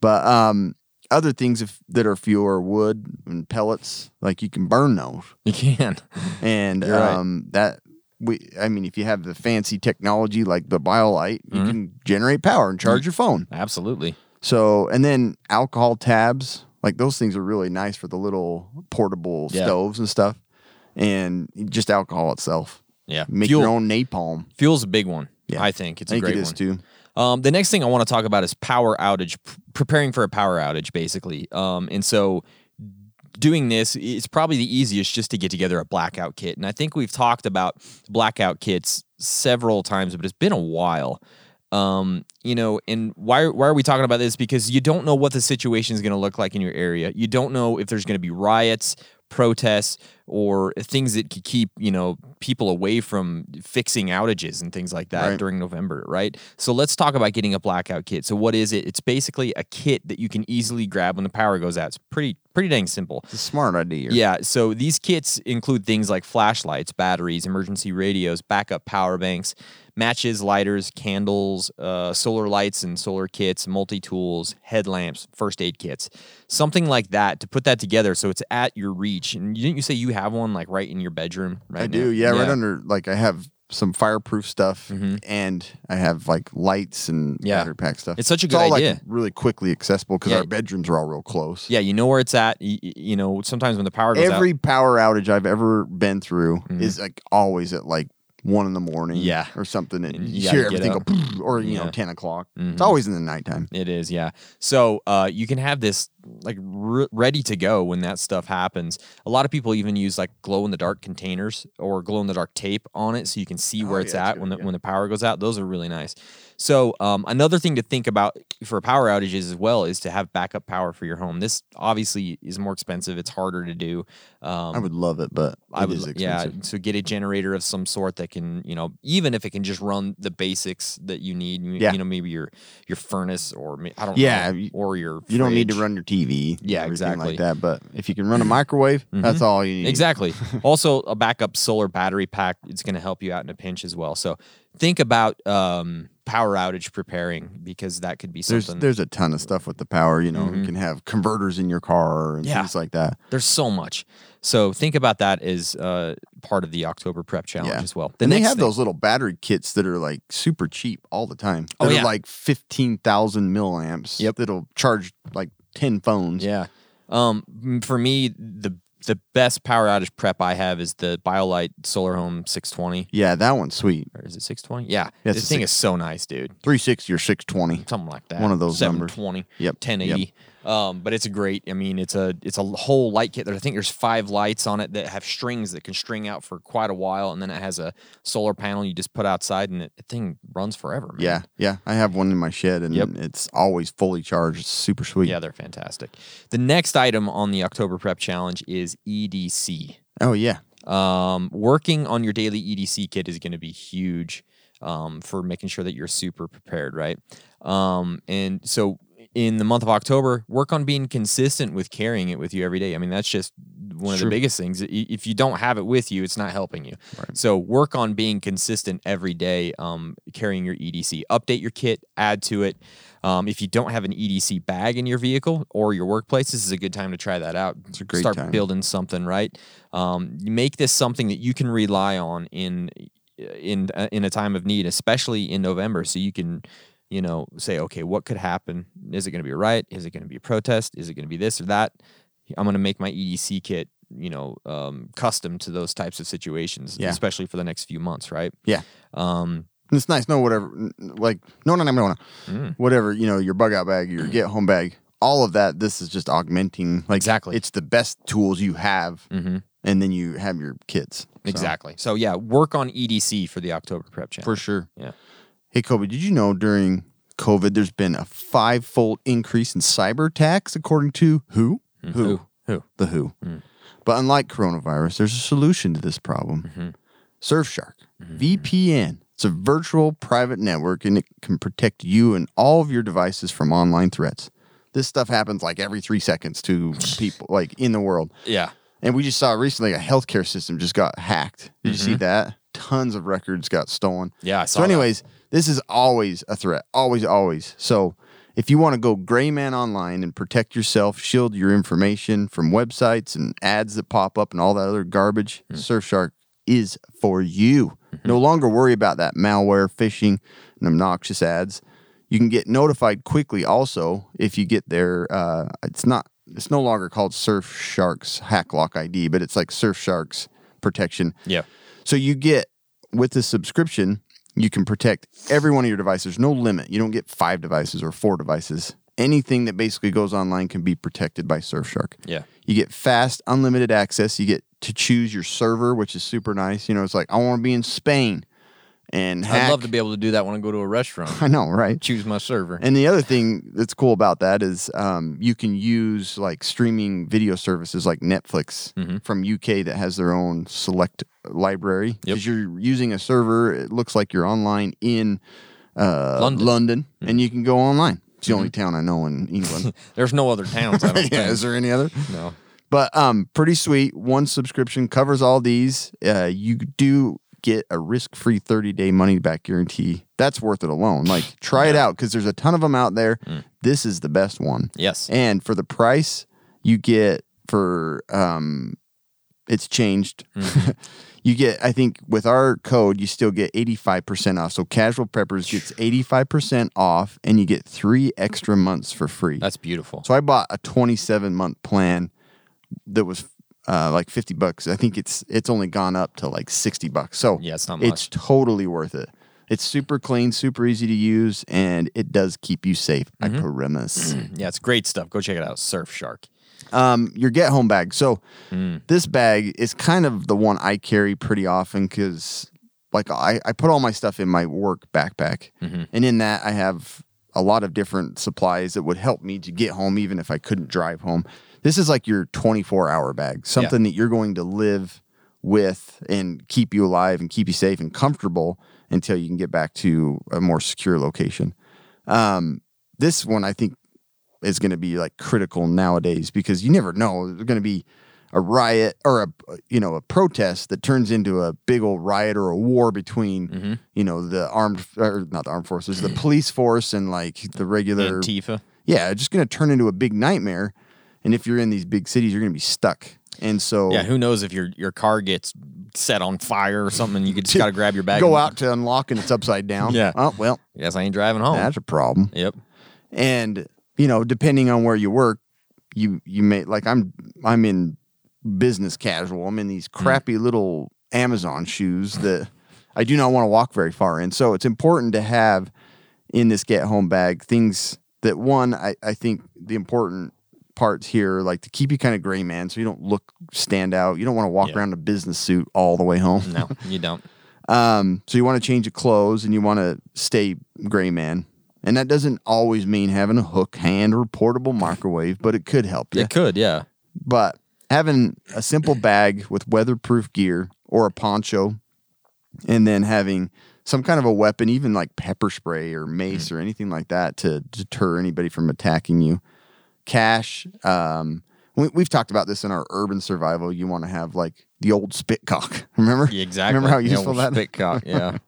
Speaker 3: But um, other things if, that are fuel are wood and pellets, like you can burn those,
Speaker 2: You can.
Speaker 3: and
Speaker 2: right.
Speaker 3: um, that we I mean, if you have the fancy technology like the BioLite, you
Speaker 2: Mm-hmm.
Speaker 3: can generate power and charge your phone.
Speaker 2: Absolutely.
Speaker 3: So, and then alcohol tabs, like those things are really nice for the little portable
Speaker 2: Yeah.
Speaker 3: stoves and stuff, and just alcohol itself.
Speaker 2: Yeah.
Speaker 3: Make
Speaker 2: Fuel.
Speaker 3: your own napalm.
Speaker 2: Fuel's a big one.
Speaker 3: Yeah.
Speaker 2: I think it's
Speaker 3: I think
Speaker 2: a great
Speaker 3: it is
Speaker 2: one.
Speaker 3: too.
Speaker 2: Um, the next thing I want to talk about is power outage, p- preparing for a power outage, basically. Um, and so doing this, it's probably the easiest just to get together a blackout kit. And I think we've talked about blackout kits several times, but it's been a while. Um, you know, and why why are we talking about this? Because you don't know what the situation is going to look like in your area. You don't know if there's going to be riots, protests, or things that could keep you know people away from fixing outages and things like that
Speaker 3: Right.
Speaker 2: during November, right? So let's talk about getting a blackout kit. So what is it? It's basically a kit that you can easily grab when the power goes out. It's pretty pretty dang simple.
Speaker 3: It's a smart idea.
Speaker 2: Yeah, so these kits include things like flashlights, batteries, emergency radios, backup power banks, matches, lighters, candles, uh, solar lights and solar kits, multi tools, headlamps, first aid kits, something like that to put that together so it's at your reach. And didn't you say you have one like right in your bedroom right
Speaker 3: I
Speaker 2: now?
Speaker 3: do. Yeah, right under like I have some fireproof stuff and I have like lights and
Speaker 2: Mm-hmm. Yeah.
Speaker 3: battery pack stuff.
Speaker 2: It's such a
Speaker 3: all
Speaker 2: good
Speaker 3: like
Speaker 2: idea.
Speaker 3: really quickly accessible because
Speaker 2: Yeah.
Speaker 3: our bedrooms are all real close.
Speaker 2: Yeah, you know where it's at. You, you know, sometimes when the power goes out. Mm-hmm.
Speaker 3: Every power outage I've ever been through is like always at like one in the morning,
Speaker 2: Yeah.
Speaker 3: or something. And
Speaker 2: And
Speaker 3: you,
Speaker 2: you gotta
Speaker 3: hear
Speaker 2: get
Speaker 3: everything
Speaker 2: up.
Speaker 3: go, or you know,
Speaker 2: Yeah.
Speaker 3: ten o'clock.
Speaker 2: Mhm.
Speaker 3: It's always in the nighttime.
Speaker 2: It is, yeah. So uh, you can have this like re- ready to go when that stuff happens. A lot of people even use like glow in the dark containers or glow in the dark tape on it, so you can see where
Speaker 3: Oh, yeah,
Speaker 2: it's
Speaker 3: that's a
Speaker 2: at
Speaker 3: good
Speaker 2: when the,
Speaker 3: idea.
Speaker 2: when the power goes out. Those are really nice. So um, another thing to think about for power outages as well is to have backup power for your home. This obviously is more expensive; it's harder to do. Um,
Speaker 3: I would love it, but
Speaker 2: I
Speaker 3: it
Speaker 2: would,
Speaker 3: is
Speaker 2: li-
Speaker 3: expensive.
Speaker 2: yeah. So get a generator of some sort that can, you know, even if it can just run the basics that you need. You,
Speaker 3: Yeah.
Speaker 2: you know, maybe your your furnace or ma- I don't
Speaker 3: Yeah,
Speaker 2: know,
Speaker 3: you-
Speaker 2: or your
Speaker 3: You don't need to
Speaker 2: fridge.
Speaker 3: run your TV,
Speaker 2: Yeah,
Speaker 3: everything
Speaker 2: exactly. Mm-hmm.
Speaker 3: like that. But if you can run a microwave, that's all you need.
Speaker 2: Exactly. also, a backup solar battery pack. It's going to help you out in a pinch as well. So think about um, power outage preparing because that could be
Speaker 3: There's
Speaker 2: something. Mm-hmm.
Speaker 3: there's a ton of stuff with the power. You know, you can have converters in your car and
Speaker 2: Yeah.
Speaker 3: things like that.
Speaker 2: There's so much. So think about that as uh, part of the October prep challenge
Speaker 3: Yeah.
Speaker 2: as well.
Speaker 3: and they
Speaker 2: next
Speaker 3: have
Speaker 2: thing-
Speaker 3: those little battery kits that are like super cheap all the time.
Speaker 2: Oh,
Speaker 3: They're
Speaker 2: yeah.
Speaker 3: like 15,000 milliamps.
Speaker 2: Yep.
Speaker 3: That'll charge like 10 phones.
Speaker 2: Yeah. Um, m- for me, the the best power outage prep I have is the BioLite Solar Home 620.
Speaker 3: Yeah, that one's sweet.
Speaker 2: Or is it 620? Yeah.
Speaker 3: Yeah, it's
Speaker 2: this
Speaker 3: a
Speaker 2: thing
Speaker 3: six-
Speaker 2: is so nice, dude.
Speaker 3: 360 or 620.
Speaker 2: Something like that.
Speaker 3: One of those numbers.
Speaker 2: 720.
Speaker 3: Yep,
Speaker 2: 1080. Um, but it's a great. I mean, it's a it's a whole light kit. There, I think there's five lights on it that have strings that can string out for quite a while, and then it has a solar panel you just put outside, and it, the thing runs forever. Man.
Speaker 3: Yeah, yeah. I have one in my shed and
Speaker 2: Yep.
Speaker 3: it's always fully charged. It's super sweet.
Speaker 2: Yeah, they're fantastic. The next item on the October prep challenge is E EDC.
Speaker 3: Oh, yeah.
Speaker 2: um, working on your daily EDC kit is going to be huge um, for making sure that you're super prepared, right? Um, and so in the month of October, work on being consistent with carrying it with you every day. I mean, that's just one of the
Speaker 3: True.
Speaker 2: biggest things. I- If you don't have it with you, it's not helping you. So work on being consistent every day, um, carrying your EDC. Update your kit, add to it. Um, if you don't have an EDC bag in your vehicle or your workplace, this is a good time to try that out. It's
Speaker 3: a great
Speaker 2: Start
Speaker 3: time.
Speaker 2: building something, right? Um, you make this something that you can rely on in in uh, in a time of need, especially in November, so you can. You know, say, okay, what could happen? Is it going to be a riot? Is it going to be a protest? Is it going to be this or that? I'm going to make my EDC kit, you know, um, custom to those types of situations,
Speaker 3: Yeah.
Speaker 2: especially for the next few months, right?
Speaker 3: Yeah.
Speaker 2: Um,
Speaker 3: And it's nice. No, whatever. n- n- Like, no, no, no, no, no.
Speaker 2: Mm.
Speaker 3: Whatever, you know, your bug out bag, your get home bag, all of that. This is just augmenting. Like,
Speaker 2: Exactly.
Speaker 3: It's the best tools you have. And then you have your kits. So,
Speaker 2: mm-hmm, Exactly. So yeah, work on EDC for the October prep challenge.
Speaker 3: For sure.
Speaker 2: Yeah.
Speaker 3: Hey, Kobe, did you know during COVID there's been a five fold increase in cyber attacks, according to who? Who?
Speaker 2: Mm, Who? Mm.
Speaker 3: The who. But unlike coronavirus, there's a solution to this problem
Speaker 2: Mm-hmm.
Speaker 3: Surfshark, VPN. It's a virtual private network and it can protect you and all of your devices from online threats. This stuff happens like every three seconds to people, like in the world.
Speaker 2: Yeah.
Speaker 3: And we just saw recently a healthcare system just got hacked.
Speaker 2: Mm-hmm.
Speaker 3: Did you see that? Tons of records got stolen.
Speaker 2: Yeah, I saw
Speaker 3: so,
Speaker 2: that.
Speaker 3: anyways, this is always a threat. Always, always. So, if you want to go gray man online and protect yourself, shield your information from
Speaker 2: Hmm.
Speaker 3: websites and ads that pop up and all that other garbage, Surfshark is for you.
Speaker 2: Mm-hmm.
Speaker 3: No longer worry about that malware, phishing, and obnoxious ads. You can get notified quickly also if you get their uh, it's not it's no longer called Surfshark's Hacklock ID, but it's like Surfshark's protection.
Speaker 2: Yeah.
Speaker 3: So you get with this subscription, you can protect every one of your devices. There's no limit. You don't get five devices or four devices. Anything that basically goes online can be protected by Surfshark.
Speaker 2: Yeah.
Speaker 3: You get fast, unlimited access. You get to choose your server, which is super nice. You know, it's like I want to be in Spain, and
Speaker 2: I'd
Speaker 3: hack-
Speaker 2: love to be able to do that when I go to a restaurant.
Speaker 3: I know, right?
Speaker 2: Choose my server.
Speaker 3: And the other thing that's cool about that is um, you can use like streaming video services like Netflix from UK that has their own select library.
Speaker 2: Yep.
Speaker 3: Because you're using a server, it looks like you're online in uh,
Speaker 2: London.
Speaker 3: London, and you can go online. It's the only town I know in England.
Speaker 2: There's no other towns. I don't
Speaker 3: yeah,
Speaker 2: think.
Speaker 3: is there any other?
Speaker 2: No.
Speaker 3: But um, pretty sweet. One subscription covers all these. Uh, you do get a risk-free 30-day money-back guarantee. That's worth it alone. Like try it out because there's a ton of them out there. This is the best one.
Speaker 2: Yes.
Speaker 3: And for the price you get for um, it's changed. you get I think with our code you still get 85% off. So Casual Preppers gets 85% off, and you get three extra months for free.
Speaker 2: That's beautiful.
Speaker 3: So I bought a 27 month plan that was uh, like 50 bucks. I think it's it's only gone up to like 60 bucks. So
Speaker 2: Yeah, it's not
Speaker 3: It's totally worth it. It's super clean, super easy to use, and it does keep you safe. I
Speaker 2: Mm-hmm.
Speaker 3: promise.
Speaker 2: Yeah, it's great stuff. Go check it out. Surfshark.
Speaker 3: um, your get home bag. So this bag is kind of the one I carry pretty often because like I, I put all my stuff in my work backpack
Speaker 2: Mm-hmm.
Speaker 3: and in that I have a lot of different supplies that would help me to get home even if I couldn't drive home. This is like your 24 hour bag, something that you're going to live with and keep you alive and keep you safe and comfortable until you can get back to a more secure location. Um, this one I think is going to be like critical nowadays because you never know there's going to be a riot or a you know a protest that turns into a big old riot or a war between you know the armed or not the armed forces the police force and like the regular
Speaker 2: Antifa.
Speaker 3: yeah it's just going to turn into a big nightmare and if you're in these big cities you're going to be stuck and so
Speaker 2: Yeah, who knows if your your car gets set on fire or something? You just gotta grab your bag.
Speaker 3: go
Speaker 2: and-
Speaker 3: out to unlock and it's upside down
Speaker 2: Yeah. Oh.
Speaker 3: oh well
Speaker 2: Yes, I ain't driving home.
Speaker 3: that's a problem
Speaker 2: yep.
Speaker 3: and you know depending on where you work you you may like i'm i'm in business casual i'm in these
Speaker 2: Mm.
Speaker 3: crappy little amazon shoes that i do not want to walk very far in so it's important to have in this get home bag things that one i, I think the important parts here are, like to keep you kind of gray man so you don't look stand out you don't want to walk
Speaker 2: Yeah.
Speaker 3: around in a business suit all the way home
Speaker 2: No, you don't.
Speaker 3: um, so you want to change your clothes and you want to stay gray man. And that doesn't always mean having a hook hand or a portable microwave, but it could help you.
Speaker 2: It could, yeah.
Speaker 3: But having a simple bag with weatherproof gear or a poncho, and then having some kind of a weapon, even like pepper spray or mace or anything like that to deter anybody from attacking you. Cash. Um, we, we've talked about this in our urban survival. You want to have like the old spitcock. Remember?
Speaker 2: Yeah, Exactly.
Speaker 3: Remember how
Speaker 2: Yeah,
Speaker 3: useful
Speaker 2: well,
Speaker 3: that?
Speaker 2: spit cock, Yeah.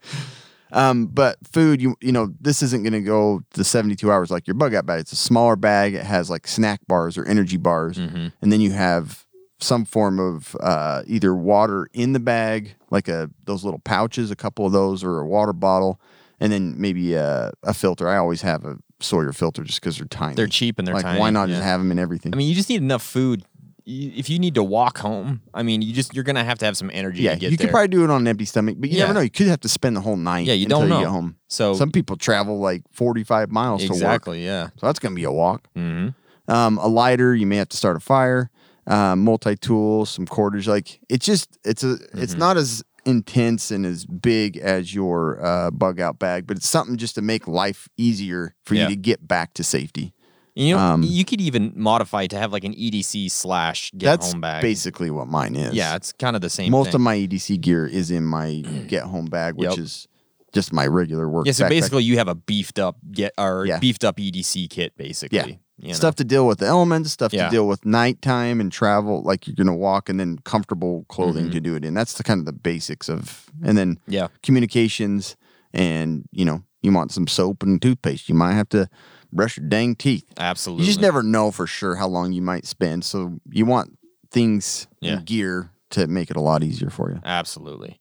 Speaker 3: Um, but food, you you know, this isn't going to go the 72 hours like your bug out bag. It's a smaller bag. It has like snack bars or energy bars,
Speaker 2: Mm-hmm.
Speaker 3: and then you have some form of uh, either water in the bag, like a those little pouches, a couple of those, or a water bottle, and then maybe a, a filter. I always have a Sawyer filter just because they're tiny.
Speaker 2: They're cheap and they're
Speaker 3: like,
Speaker 2: tiny.
Speaker 3: Why not
Speaker 2: yeah.
Speaker 3: just have them in everything?
Speaker 2: I mean, you just need enough food. Y- If you need to walk home, I mean, you just you're gonna have to have some energy
Speaker 3: yeah,
Speaker 2: to get
Speaker 3: you
Speaker 2: there.
Speaker 3: could probably do it on an empty stomach, but you
Speaker 2: Yeah.
Speaker 3: never know. You could have to spend the whole night.
Speaker 2: yeah, you
Speaker 3: until
Speaker 2: don't know.
Speaker 3: You get home.
Speaker 2: So
Speaker 3: Some people travel like 45 miles to work.
Speaker 2: exactly, yeah.
Speaker 3: So that's going to be a walk.
Speaker 2: Mm-hmm.
Speaker 3: Um, a lighter, you may have to start a fire. Um, multi tool, some quarters. Like it's just it's a
Speaker 2: Mm-hmm.
Speaker 3: it's not as intense and as big as your uh, bug out bag, but it's something just to make life easier for
Speaker 2: Yeah.
Speaker 3: you to get back to safety.
Speaker 2: You know,
Speaker 3: Um,
Speaker 2: you could even modify to have like an EDC slash get
Speaker 3: that's
Speaker 2: home bag.
Speaker 3: basically what mine is.
Speaker 2: Yeah, it's kind of the same.
Speaker 3: most
Speaker 2: thing.
Speaker 3: of my EDC gear is in my get home bag, which
Speaker 2: Yep.
Speaker 3: is just my regular work.
Speaker 2: Yeah, so
Speaker 3: backpack.
Speaker 2: basically you have a beefed up get or
Speaker 3: Yeah.
Speaker 2: beefed up EDC kit basically.
Speaker 3: Yeah.
Speaker 2: you know?
Speaker 3: stuff to deal with the elements, stuff
Speaker 2: Yeah.
Speaker 3: to deal with nighttime and travel, like you're gonna walk, and then comfortable clothing to do it in. That's the kind of the basics of, and then
Speaker 2: Mm-hmm. Yeah.
Speaker 3: communications, and you know, you want some soap and toothpaste. You might have to brush your dang teeth.
Speaker 2: Absolutely.
Speaker 3: You just never know for sure how long you might spend, so you want things
Speaker 2: Yeah.
Speaker 3: and gear to make it a lot easier for you.
Speaker 2: Absolutely.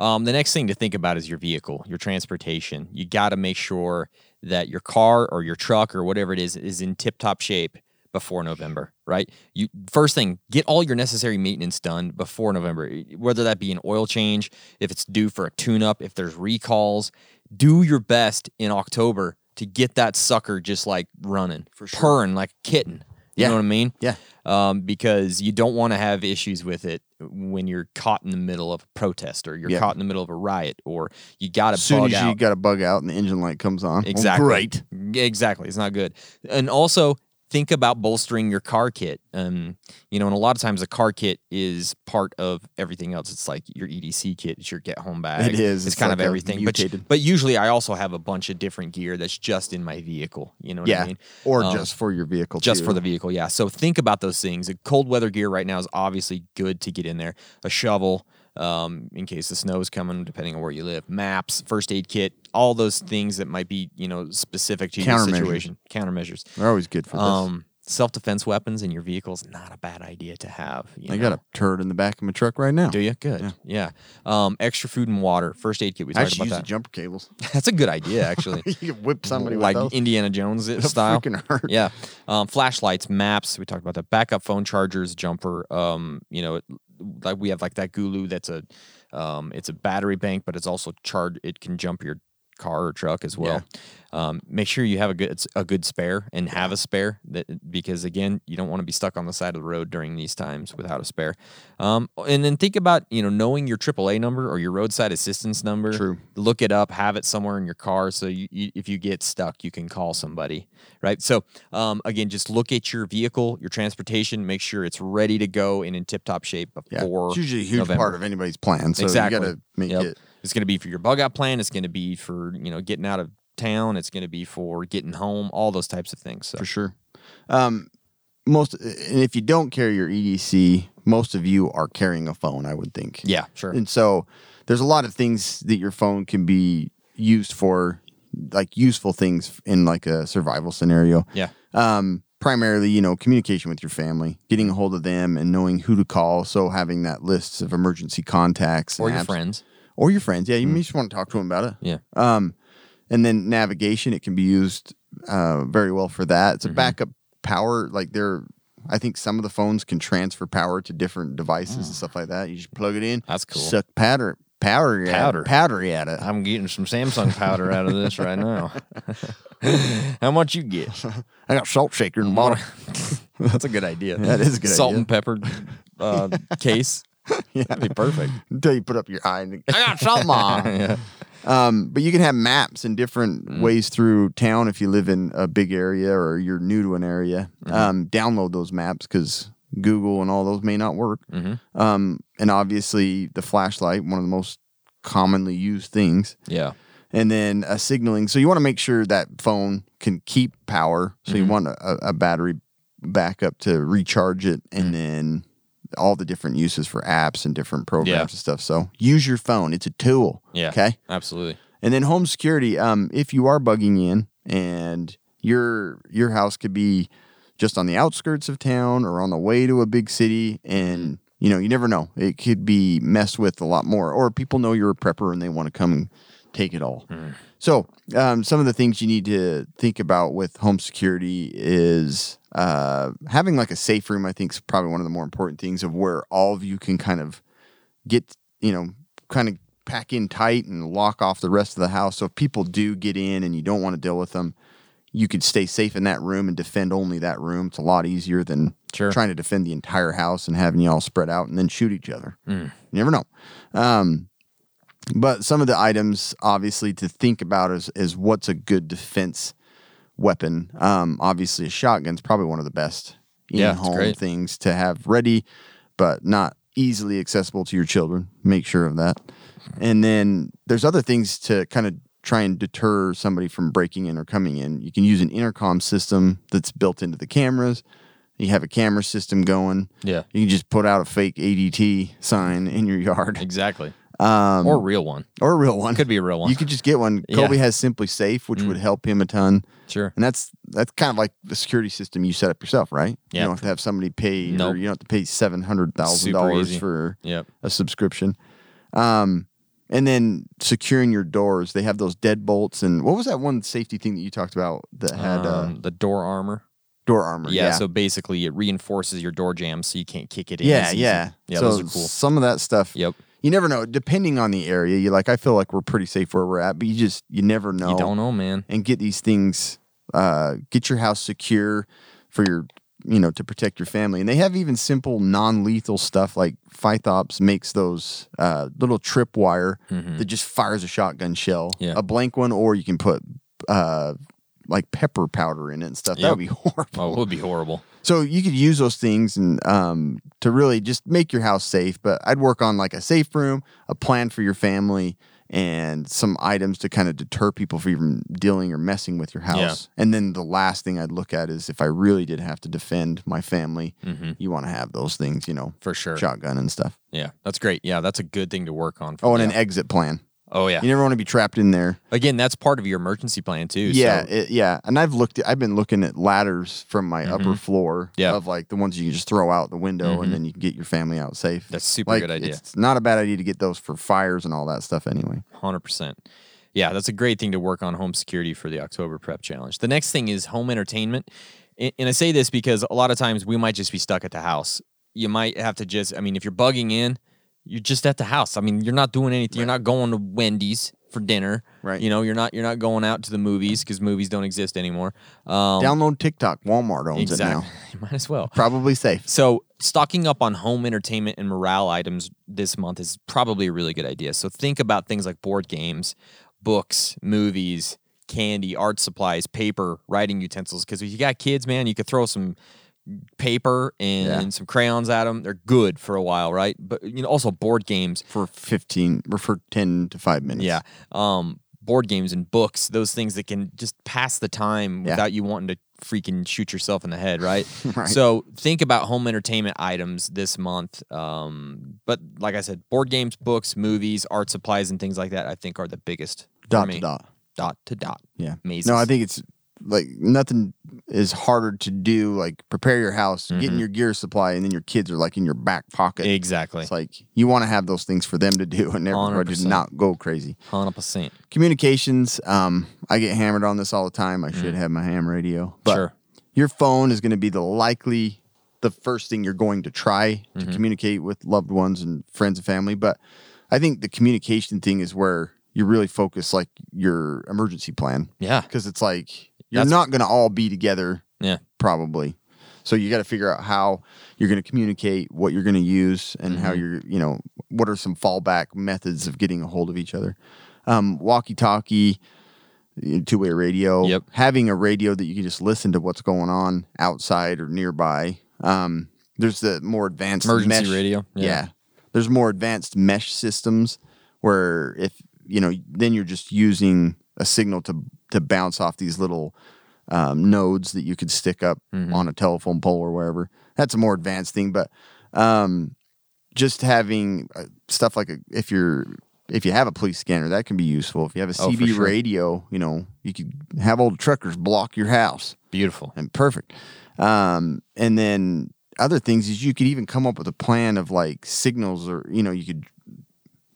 Speaker 2: Um, the next thing to think about is your vehicle, your transportation. You got to make sure that your car or your truck or whatever it is is in tip top shape before November, right? You first thing, get all your necessary maintenance done before November, whether that be an oil change, if it's due for a tune up, if there's recalls, do your best in October to get that sucker just like running, for sure. purring like a kitten. You
Speaker 3: Yeah.
Speaker 2: know what I mean?
Speaker 3: Yeah.
Speaker 2: Um, because you don't want to have issues with it when you're caught in the middle of a protest or you're
Speaker 3: Yeah.
Speaker 2: caught in the middle of a riot or you got to
Speaker 3: As soon
Speaker 2: bug
Speaker 3: as
Speaker 2: out.
Speaker 3: you got a bug out and the engine light comes on, well,
Speaker 2: Exactly.
Speaker 3: great.
Speaker 2: Yeah, Exactly. It's not good. And also think about bolstering your car kit. Um, you know, and a lot of times the car kit is part of everything else. It's like your EDC kit, it's your get home bag.
Speaker 3: It is.
Speaker 2: It's,
Speaker 3: It's
Speaker 2: kind of
Speaker 3: like a
Speaker 2: everything. But,
Speaker 3: mutated-
Speaker 2: but usually I also have a bunch of different gear that's just in my vehicle. You know what
Speaker 3: Yeah,
Speaker 2: I mean?
Speaker 3: or
Speaker 2: Um,
Speaker 3: just for your vehicle.
Speaker 2: just
Speaker 3: too.
Speaker 2: for the vehicle. Yeah. So think about those things. The cold weather gear right now is obviously good to get in there. A shovel, um, in case the snow is coming, depending on where you live. Maps, first aid kit, all those things that might be you know specific to your
Speaker 3: Countermeasures.
Speaker 2: situation. Countermeasures.
Speaker 3: They're always good for this.
Speaker 2: Um, self defense weapons in your vehicle is not a bad idea to have. You
Speaker 3: I
Speaker 2: know?
Speaker 3: got a turd in the back of my truck right now.
Speaker 2: Do you good? Yeah. Um, extra food and water. First aid kit. We
Speaker 3: I
Speaker 2: talked
Speaker 3: should
Speaker 2: about
Speaker 3: use the
Speaker 2: that.
Speaker 3: jumper cables.
Speaker 2: That's a good idea, actually.
Speaker 3: you could whip somebody
Speaker 2: like
Speaker 3: with those.
Speaker 2: Indiana Jones it-
Speaker 3: It'll
Speaker 2: style.
Speaker 3: freaking hurt.
Speaker 2: Yeah. Um, flashlights, maps. We talked about the backup phone chargers, jumper. Um, you know, it- like we have like that Gulu. That's a, um, it's a battery bank, but it's also charged. It can jump your car or truck as well. Um, make sure you have a good a good spare and have a spare that because again you don't want to be stuck on the side of the road during these times without a spare. Um, and then think about you know knowing your AAA number or your roadside assistance number.
Speaker 3: True.
Speaker 2: Look it up. Have it somewhere in your car so you, you if you get stuck you can call somebody. Right. So um, again, just look at your vehicle, your transportation. Make sure it's ready to go and in tip top shape
Speaker 3: Yeah,
Speaker 2: before.
Speaker 3: it's usually a huge
Speaker 2: November.
Speaker 3: part of anybody's plan. So
Speaker 2: exactly.
Speaker 3: you got to make
Speaker 2: Yep.
Speaker 3: it.
Speaker 2: It's going to be for your bug out plan. It's going to be for you know getting out of town. It's going to be for getting home. All those types of things. So
Speaker 3: for sure. Um, most and if you don't carry your EDC, most of you are carrying a phone, I would think.
Speaker 2: yeah, sure.
Speaker 3: And so there's a lot of things that your phone can be used for, like useful things in like a survival scenario.
Speaker 2: Yeah.
Speaker 3: Um, primarily, you know, communication with your family, getting a hold of them, and knowing who to call. So having that list of emergency contacts
Speaker 2: Or
Speaker 3: and
Speaker 2: your
Speaker 3: apps.
Speaker 2: friends.
Speaker 3: or your friends. Yeah, you just want to talk to them about it.
Speaker 2: Hmm. Yeah.
Speaker 3: Um, and then navigation, it can be used uh, very well for that.
Speaker 2: Mm-hmm.
Speaker 3: It's a backup power. Like there, I think some of the phones can transfer power to different devices and stuff like that. You just plug it in.
Speaker 2: Ah. That's cool.
Speaker 3: Suck powder, powder,
Speaker 2: Powder.
Speaker 3: At, powdery at it.
Speaker 2: I'm getting some Samsung powder out of this right now. How much you get?
Speaker 3: I got salt shaker in the bottom.
Speaker 2: That's a good idea.
Speaker 3: That is a good
Speaker 2: Salt
Speaker 3: idea.
Speaker 2: and pepper uh, case. That'd be perfect.
Speaker 3: Until you put up your eye. And,
Speaker 2: I got salt, mom.
Speaker 3: um, but you can have maps and different
Speaker 2: Mm.
Speaker 3: ways through town if you live in a big area or you're new to an area.
Speaker 2: Mm-hmm.
Speaker 3: Um, download those maps because Google and all those may not work.
Speaker 2: Mm-hmm.
Speaker 3: Um, and obviously, the flashlight, one of the most commonly used things,
Speaker 2: Yeah.
Speaker 3: and then a signaling. So you want to make sure that phone can keep power. So
Speaker 2: Mm-hmm.
Speaker 3: you want a, a battery backup to recharge it, and then all the different uses for apps and different programs
Speaker 2: Mm. Yeah.
Speaker 3: and stuff. So use your phone; it's a tool.
Speaker 2: Yeah.
Speaker 3: Okay.
Speaker 2: Absolutely.
Speaker 3: And then home security. Um, if you are bugging in and your your house could be just on the outskirts of town or on the way to a big city, and you know you never know. It could be messed with a lot more, or people know you're a prepper and they want to come and take it all. So um, some of the things you need to think about with home security is uh, having like a safe room. I think is probably one of the more important things of where all of you can kind of get you know kind of pack in tight and lock off the rest of the house so if people do get in and you don't want to deal with them you could stay safe in that room and defend only that room it's a lot easier than
Speaker 2: Sure.
Speaker 3: trying to defend the entire house and having you all spread out and then shoot each other you never know um, but some of the items obviously to think about is, is what's a good defense weapon um, obviously a shotgun's probably one of the best
Speaker 2: Yeah, it's
Speaker 3: in-home
Speaker 2: great.
Speaker 3: things to have ready but not easily accessible to your children. Make sure of that. And then there's other things to kind of try and deter somebody from breaking in or coming in. You can use an intercom system that's built into the cameras. You have a camera system going.
Speaker 2: Yeah.
Speaker 3: You can just put out a fake ADT sign in your yard
Speaker 2: Exactly.
Speaker 3: um,
Speaker 2: or a real one.
Speaker 3: or a real one.
Speaker 2: Could be a real one.
Speaker 3: You could just get one.
Speaker 2: Yeah. Mm.
Speaker 3: Kobe has Simply Safe, which would help him a ton.
Speaker 2: Sure.
Speaker 3: And that's that's kind of like the security system you set up yourself, right?
Speaker 2: Yeah.
Speaker 3: You don't have to have somebody pay
Speaker 2: Nope.
Speaker 3: or you don't have to pay seven hundred thousand
Speaker 2: Super
Speaker 3: dollars
Speaker 2: easy.
Speaker 3: for
Speaker 2: Yep.
Speaker 3: a subscription. Um, And then securing your doors, they have those deadbolts and what was that one safety thing that you talked about that had uh,
Speaker 2: Um, the door armor.
Speaker 3: door armor?
Speaker 2: Yeah, So basically, it reinforces your door jams, so you can't kick it in.
Speaker 3: yeah,
Speaker 2: as easy.
Speaker 3: yeah.
Speaker 2: Yeah.
Speaker 3: so
Speaker 2: those are cool.
Speaker 3: Some of that stuff.
Speaker 2: Yep.
Speaker 3: You never know. Depending on the area, you like. I feel like we're pretty safe where we're at, but you just you never know.
Speaker 2: You don't know, man.
Speaker 3: and get these things uh, get your house secure for your you know to protect your family and they have even simple non-lethal stuff like Fythops makes those uh, little trip wire
Speaker 2: Mm-hmm.
Speaker 3: that just fires a shotgun shell
Speaker 2: Hmm. Yeah.
Speaker 3: a blank one or you can put uh, like pepper powder in it and stuff that
Speaker 2: Yep.
Speaker 3: would be horrible
Speaker 2: Oh, it would be horrible.
Speaker 3: so you could use those things and um, to really just make your house safe. But I'd work on like a safe room, a plan for your family, and some items to kind of deter people from even dealing or messing with your house. And then the last thing I'd look at is if I really did have to defend my family, you want to have those things, you know,
Speaker 2: Mm-hmm. For sure.
Speaker 3: shotgun and stuff.
Speaker 2: Yeah, that's great. Yeah, that's a good thing to work on. for-
Speaker 3: Oh, and an
Speaker 2: yeah.
Speaker 3: exit plan.
Speaker 2: oh yeah.
Speaker 3: You never want to be trapped in there.
Speaker 2: Again, that's part of your emergency plan too.
Speaker 3: Yeah,
Speaker 2: So,
Speaker 3: it, yeah. And I've looked. At, I've been looking at ladders from my upper floor.
Speaker 2: Mm-hmm. Yeah. Mm-hmm.
Speaker 3: of like the ones you can just throw out the window, and then you can get your family out safe.
Speaker 2: That's super
Speaker 3: Like,
Speaker 2: good idea.
Speaker 3: It's not a bad idea to get those for fires and all that stuff. Anyway,
Speaker 2: hundred percent. Yeah, that's a great thing to work on home security for the October prep challenge. The next thing is home entertainment, A- and I say this because a lot of times we might just be stuck at the house. You might have to just. I mean, if you're bugging in, you're just at the house. I mean, you're not doing anything. You're not going to Wendy's for dinner.
Speaker 3: Right.
Speaker 2: You know, you're not you're not going out to the movies because movies don't exist anymore. Um,
Speaker 3: download TikTok. Walmart owns it
Speaker 2: exactly.
Speaker 3: now.
Speaker 2: You might as well.
Speaker 3: Probably safe.
Speaker 2: So, stocking up on home entertainment and morale items this month is probably a really good idea. So, think about things like board games, books, movies, candy, art supplies, paper, writing utensils. Because if you got kids, man, you could throw some paper and,
Speaker 3: Yeah.
Speaker 2: some crayons at them. They're good for a while, right? But you know, also board games.
Speaker 3: For fifteen or for ten to five minutes.
Speaker 2: Yeah. Um, board games and books, those things that can just pass the time
Speaker 3: Yeah.
Speaker 2: without you wanting to freaking shoot yourself in the head, right?
Speaker 3: Right.
Speaker 2: So think about home entertainment items this month. Um, but like I said, board games, books, movies, art supplies, and things like that, I think are the biggest. for
Speaker 3: dot
Speaker 2: me.
Speaker 3: to dot.
Speaker 2: Dot to dot.
Speaker 3: Yeah.
Speaker 2: Mazes.
Speaker 3: No, I think it's like nothing is harder to do. Like prepare your house, getting your gear supply, and then your kids are like in your back pocket.
Speaker 2: Mm-hmm. Exactly.
Speaker 3: It's like you want to have those things for them to do and everybody to
Speaker 2: 100%.
Speaker 3: not go crazy.
Speaker 2: 100%.
Speaker 3: Communications, um, I get hammered on this all the time. I should have my ham radio. But
Speaker 2: Mm. Sure.
Speaker 3: your phone is going to be the likely the first thing you're going to try to communicate with loved ones and friends and family. But I think the communication thing is where you really focus like your emergency plan.
Speaker 2: Yeah.
Speaker 3: Because it's like you're
Speaker 2: That's-
Speaker 3: not going to all be together
Speaker 2: Yeah.
Speaker 3: probably. So you got to figure out how you're going to communicate, what you're going to use, and how
Speaker 2: Mm-hmm.
Speaker 3: you're, you know, what are some fallback methods of getting a hold of each other. Um, walkie talkie, two way radio,
Speaker 2: Yep.
Speaker 3: having a radio that you can just listen to what's going on outside or nearby. Um, there's the more advanced
Speaker 2: Emergency
Speaker 3: mesh-
Speaker 2: radio, yeah.
Speaker 3: Yeah. There's more advanced mesh systems where if, you know, then you're just using a signal to, to bounce off these little um, nodes that you could stick up
Speaker 2: Mm-hmm.
Speaker 3: on a telephone pole or wherever. That's a more advanced thing, but um, just having uh, stuff like a, if you're if you have a police scanner, that can be useful. If you have a
Speaker 2: Oh, for
Speaker 3: CB
Speaker 2: sure.
Speaker 3: radio, you know you could have old truckers block your house
Speaker 2: Beautiful.
Speaker 3: and perfect. Um, and then other things is you could even come up with a plan of like signals or you know you could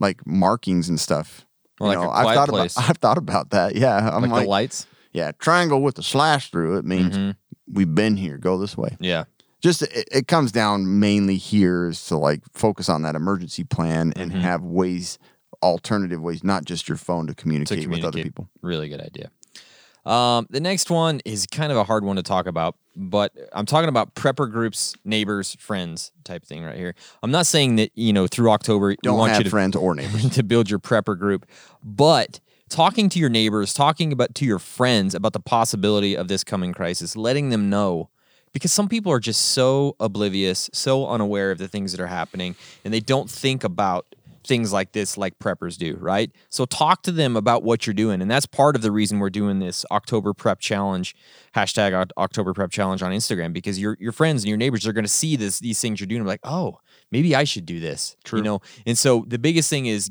Speaker 3: like markings and stuff.
Speaker 2: Well,
Speaker 3: you
Speaker 2: like
Speaker 3: know,
Speaker 2: a
Speaker 3: I've
Speaker 2: quiet
Speaker 3: thought
Speaker 2: place.
Speaker 3: about I've thought about that. Yeah,
Speaker 2: like,
Speaker 3: I'm
Speaker 2: Mm-hmm.
Speaker 3: like,
Speaker 2: the lights.
Speaker 3: yeah, triangle with a slash through it means we've been here. Go this way.
Speaker 2: Yeah.
Speaker 3: Just it, it comes down mainly here is to like focus on that emergency plan and
Speaker 2: Mm-hmm.
Speaker 3: have ways, alternative ways, not just your phone to communicate, with other
Speaker 2: communicate.
Speaker 3: people.
Speaker 2: Really good idea. Um, the next one is kind of a hard one to talk about, but I'm talking about prepper groups, neighbors, friends type thing right here. I'm not saying that, you know, through October, we
Speaker 3: Don't
Speaker 2: want you
Speaker 3: have
Speaker 2: to,
Speaker 3: friends or neighbors.
Speaker 2: to build your prepper group, but talking to your neighbors, talking about to your friends about the possibility of this coming crisis, letting them know because some people are just so oblivious, so unaware of the things that are happening and they don't think about things like this like preppers do, right? So talk to them about what you're doing and that's part of the reason we're doing this October prep challenge hashtag Oct- October prep challenge on Instagram because your your friends and your neighbors are going to see this these things you're doing and be like, "Oh, maybe I should do this." True. You know, and so the biggest thing is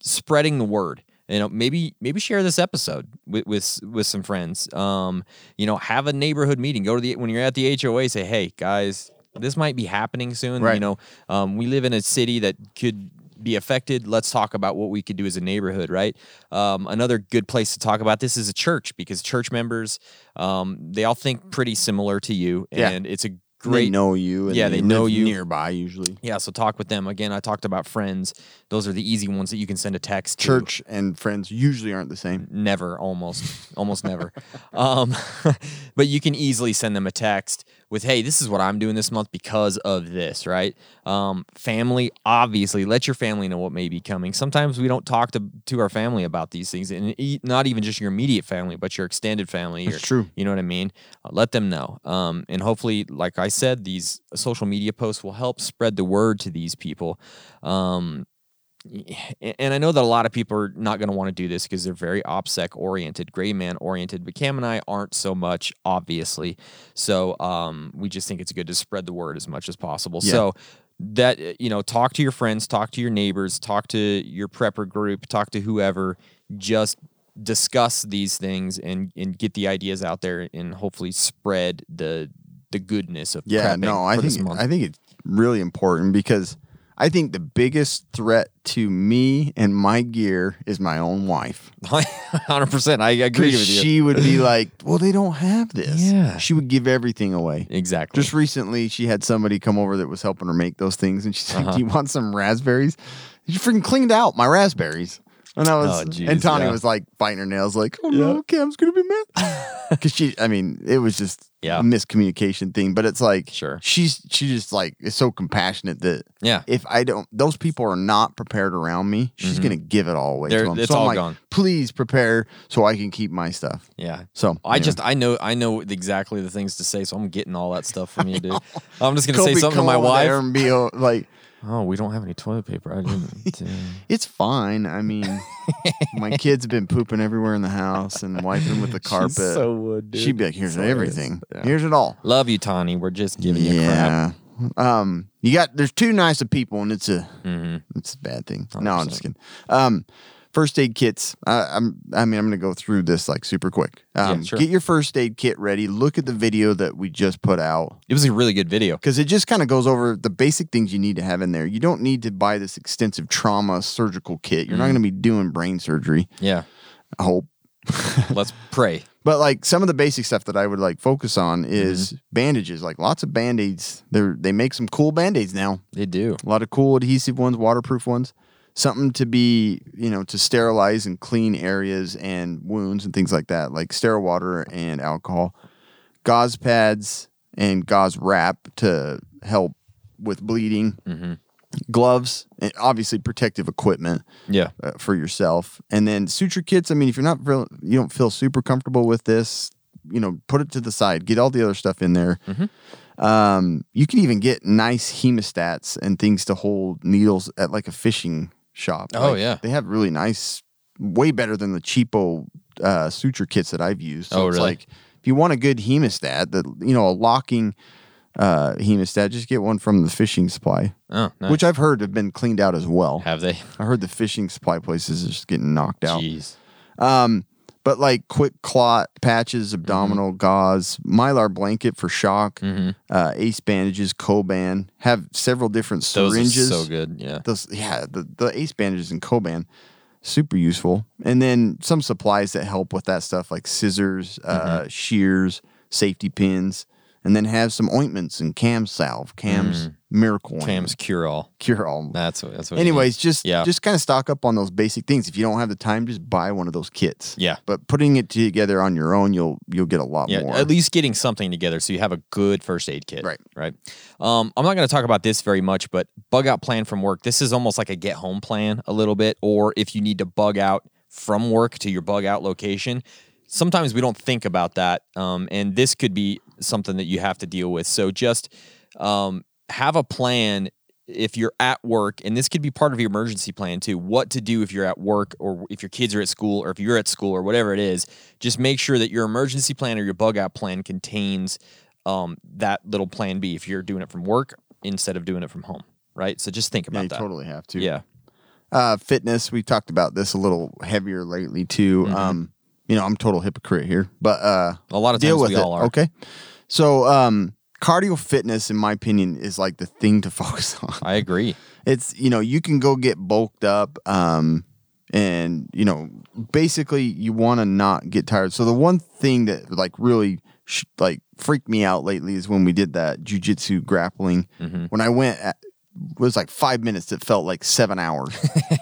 Speaker 2: spreading the word. You know, maybe maybe share this episode with with, with some friends. Um, you know, have a neighborhood meeting. Go to the when you're at the HOA, say, "Hey guys, this might be happening soon." You
Speaker 3: Right.
Speaker 2: know, um, we live in a city that could be affected, let's talk about what we could do as a neighborhood, right? Um, another good place to talk about this is a church because church members, um, they all think pretty similar to you,
Speaker 3: Yeah.
Speaker 2: and it's a
Speaker 3: They
Speaker 2: great
Speaker 3: know you. And
Speaker 2: Yeah, they know
Speaker 3: live
Speaker 2: you.
Speaker 3: nearby usually.
Speaker 2: yeah. So talk with them again. I talked about friends; those are the easy ones that you can send a text. to.
Speaker 3: Church and friends usually aren't the same.
Speaker 2: never almost almost never um but you can easily send them a text with hey this is what i'm doing this month because of this right um family obviously let your family know what may be coming sometimes we don't talk to to our family about these things and e- not even just your immediate family but your extended family your,
Speaker 3: That's true.
Speaker 2: you know what i mean Uh, let them know um and hopefully like i said these social media posts will help spread the word to these people um a- and I know that a lot of people are not going to want to do this because they're very OPSEC oriented, gray man oriented, but Cam and I aren't so much, obviously. So um, we just think it's good to spread the word as much as possible.
Speaker 3: Yeah.
Speaker 2: So that, uh, you know, talk to your friends, talk to your neighbors, talk to your prepper group, talk to whoever, just discuss these things and, and get the ideas out there and hopefully spread the the goodness of
Speaker 3: Yeah,
Speaker 2: prepping
Speaker 3: no, I
Speaker 2: for this
Speaker 3: think
Speaker 2: month.
Speaker 3: I think it's really important because I think the biggest threat to me and my gear is my own wife.
Speaker 2: 100%. I agree
Speaker 3: Because
Speaker 2: with you.
Speaker 3: she would be like, "Well, they don't have this."
Speaker 2: Yeah.
Speaker 3: she would give everything away.
Speaker 2: exactly.
Speaker 3: Just recently, she had somebody come over that was helping her make those things, and she said,
Speaker 2: Uh-huh.
Speaker 3: "Do you want some raspberries?" She freaking cleaned out my raspberries. And I was,
Speaker 2: Oh, geez,
Speaker 3: and Tanya
Speaker 2: yeah.
Speaker 3: was like biting her nails, like, "Oh no, Cam's gonna be mad." Because she, I mean, it was just
Speaker 2: Yeah.
Speaker 3: a miscommunication thing. But it's like,
Speaker 2: Sure.
Speaker 3: she's she just like is so compassionate that
Speaker 2: yeah.
Speaker 3: if I don't, those people are not prepared around me. She's gonna give it all away.
Speaker 2: Mm-hmm. They're-
Speaker 3: to them.
Speaker 2: it's
Speaker 3: so I'm
Speaker 2: all
Speaker 3: like,
Speaker 2: gone.
Speaker 3: Please prepare so I can keep my stuff.
Speaker 2: Yeah.
Speaker 3: So
Speaker 2: I just I know I know exactly the things to say, so I'm getting all that stuff from you, dude. I'm just gonna
Speaker 3: Kobe
Speaker 2: say something to
Speaker 3: come
Speaker 2: my
Speaker 3: over
Speaker 2: wife.
Speaker 3: there and be uh, like.
Speaker 2: Oh, we don't have any toilet paper. I didn't. uh,
Speaker 3: It's fine. I mean, my kids have been pooping everywhere in the house and wiping them with the carpet.
Speaker 2: would,
Speaker 3: She'd be like, "Here's everything. Here's it all."
Speaker 2: Love you, Tawny. We're just giving you crap.
Speaker 3: yeah. Um, you got there's two nice of people, and it's a
Speaker 2: Mm-hmm.
Speaker 3: it's a bad thing. No, I'm just kidding. Um, first aid kits. I, I'm I mean I'm gonna go through this like super quick. Um,
Speaker 2: sure.
Speaker 3: Get your first aid kit ready. Look at the video that we just put out
Speaker 2: It was a really good video.
Speaker 3: because it just kind of goes over the basic things you need to have in there. You don't need to buy this extensive trauma surgical kit. You're not gonna be doing brain surgery.
Speaker 2: Yeah.
Speaker 3: I hope.
Speaker 2: Let's pray.
Speaker 3: But like some of the basic stuff that I would like focus on is bandages. Like lots of band aids. They they make some cool band aids now.
Speaker 2: They do.
Speaker 3: A lot of cool adhesive ones, waterproof ones. Something to be you know to sterilize and clean areas and wounds and things like that, like sterile water and alcohol, gauze pads and gauze wrap to help with bleeding,
Speaker 2: Mm-hmm.
Speaker 3: gloves, and obviously protective equipment
Speaker 2: Yeah.
Speaker 3: uh, for yourself. And then suture kits. I mean, if you're not real, you don't feel super comfortable with this, you know, put it to the side. Get all the other stuff in there.
Speaker 2: Mm-hmm.
Speaker 3: Um, you can even get nice hemostats and things to hold needles at like a fishing shop.
Speaker 2: Oh,
Speaker 3: Like,
Speaker 2: yeah.
Speaker 3: they have really nice, way better than the cheapo uh, suture kits that I've used. So
Speaker 2: Oh,
Speaker 3: it's
Speaker 2: really?
Speaker 3: like if you want a good hemostat, that you know, a locking uh hemostat, just get one from the fishing supply.
Speaker 2: Oh, nice.
Speaker 3: Which I've heard have been cleaned out as well.
Speaker 2: have they?
Speaker 3: I heard the fishing supply places are just getting knocked out.
Speaker 2: Jeez.
Speaker 3: But like quick clot patches,
Speaker 2: Mm-hmm.
Speaker 3: abdominal gauze, mylar blanket for shock,
Speaker 2: Mm-hmm.
Speaker 3: uh, ace bandages, Coban have several different
Speaker 2: Those
Speaker 3: syringes.
Speaker 2: are so good. Yeah.
Speaker 3: Those, yeah, the, the ace bandages and Coban, super useful. And then some supplies that help with that stuff, like scissors, uh,
Speaker 2: Mm-hmm.
Speaker 3: shears, safety pins, and then have some ointments and Cam salve, Cam's miracle,
Speaker 2: Mm. Cam's cure all.
Speaker 3: cure all.
Speaker 2: That's what. That's what. it is.
Speaker 3: Anyways, just
Speaker 2: Yeah.
Speaker 3: just kind of stock up on those basic things. If you don't have the time, just buy one of those kits.
Speaker 2: Yeah.
Speaker 3: But putting it together on your own, you'll you'll get a lot
Speaker 2: Yeah,
Speaker 3: more.
Speaker 2: at least getting something together so you have a good first aid kit.
Speaker 3: Right.
Speaker 2: Right. Um, I'm not going to talk about this very much, but bug out plan from work. This is almost like a get home plan a little bit, or if you need to bug out from work to your bug out location. Sometimes we don't think about that, um, and this could be something that you have to deal with. So just um, have a plan if you're at work, and this could be part of your emergency plan too, what to do if you're at work or if your kids are at school or if you're at school or whatever it is, just make sure that your emergency plan or your bug out plan contains um, that little plan B if you're doing it from work instead of doing it from home, right? So just think
Speaker 3: yeah,
Speaker 2: about
Speaker 3: you
Speaker 2: that.
Speaker 3: totally have to.
Speaker 2: Yeah.
Speaker 3: Uh, fitness. We talked about this a little heavier lately too.
Speaker 2: Mm-hmm.
Speaker 3: Um, you know, I'm a total hypocrite here, but uh,
Speaker 2: A lot of
Speaker 3: deal
Speaker 2: times
Speaker 3: with
Speaker 2: we
Speaker 3: it.
Speaker 2: all are.
Speaker 3: Okay. So, um, cardio fitness, in my opinion, is like the thing to focus on.
Speaker 2: I agree.
Speaker 3: It's you know you can go get bulked up, um, and you know basically you want to not get tired. So the one thing that like really sh- like freaked me out lately is when we did that jujitsu grappling.
Speaker 2: Mm-hmm.
Speaker 3: When I went, at, it was like five minutes. It felt like seven hours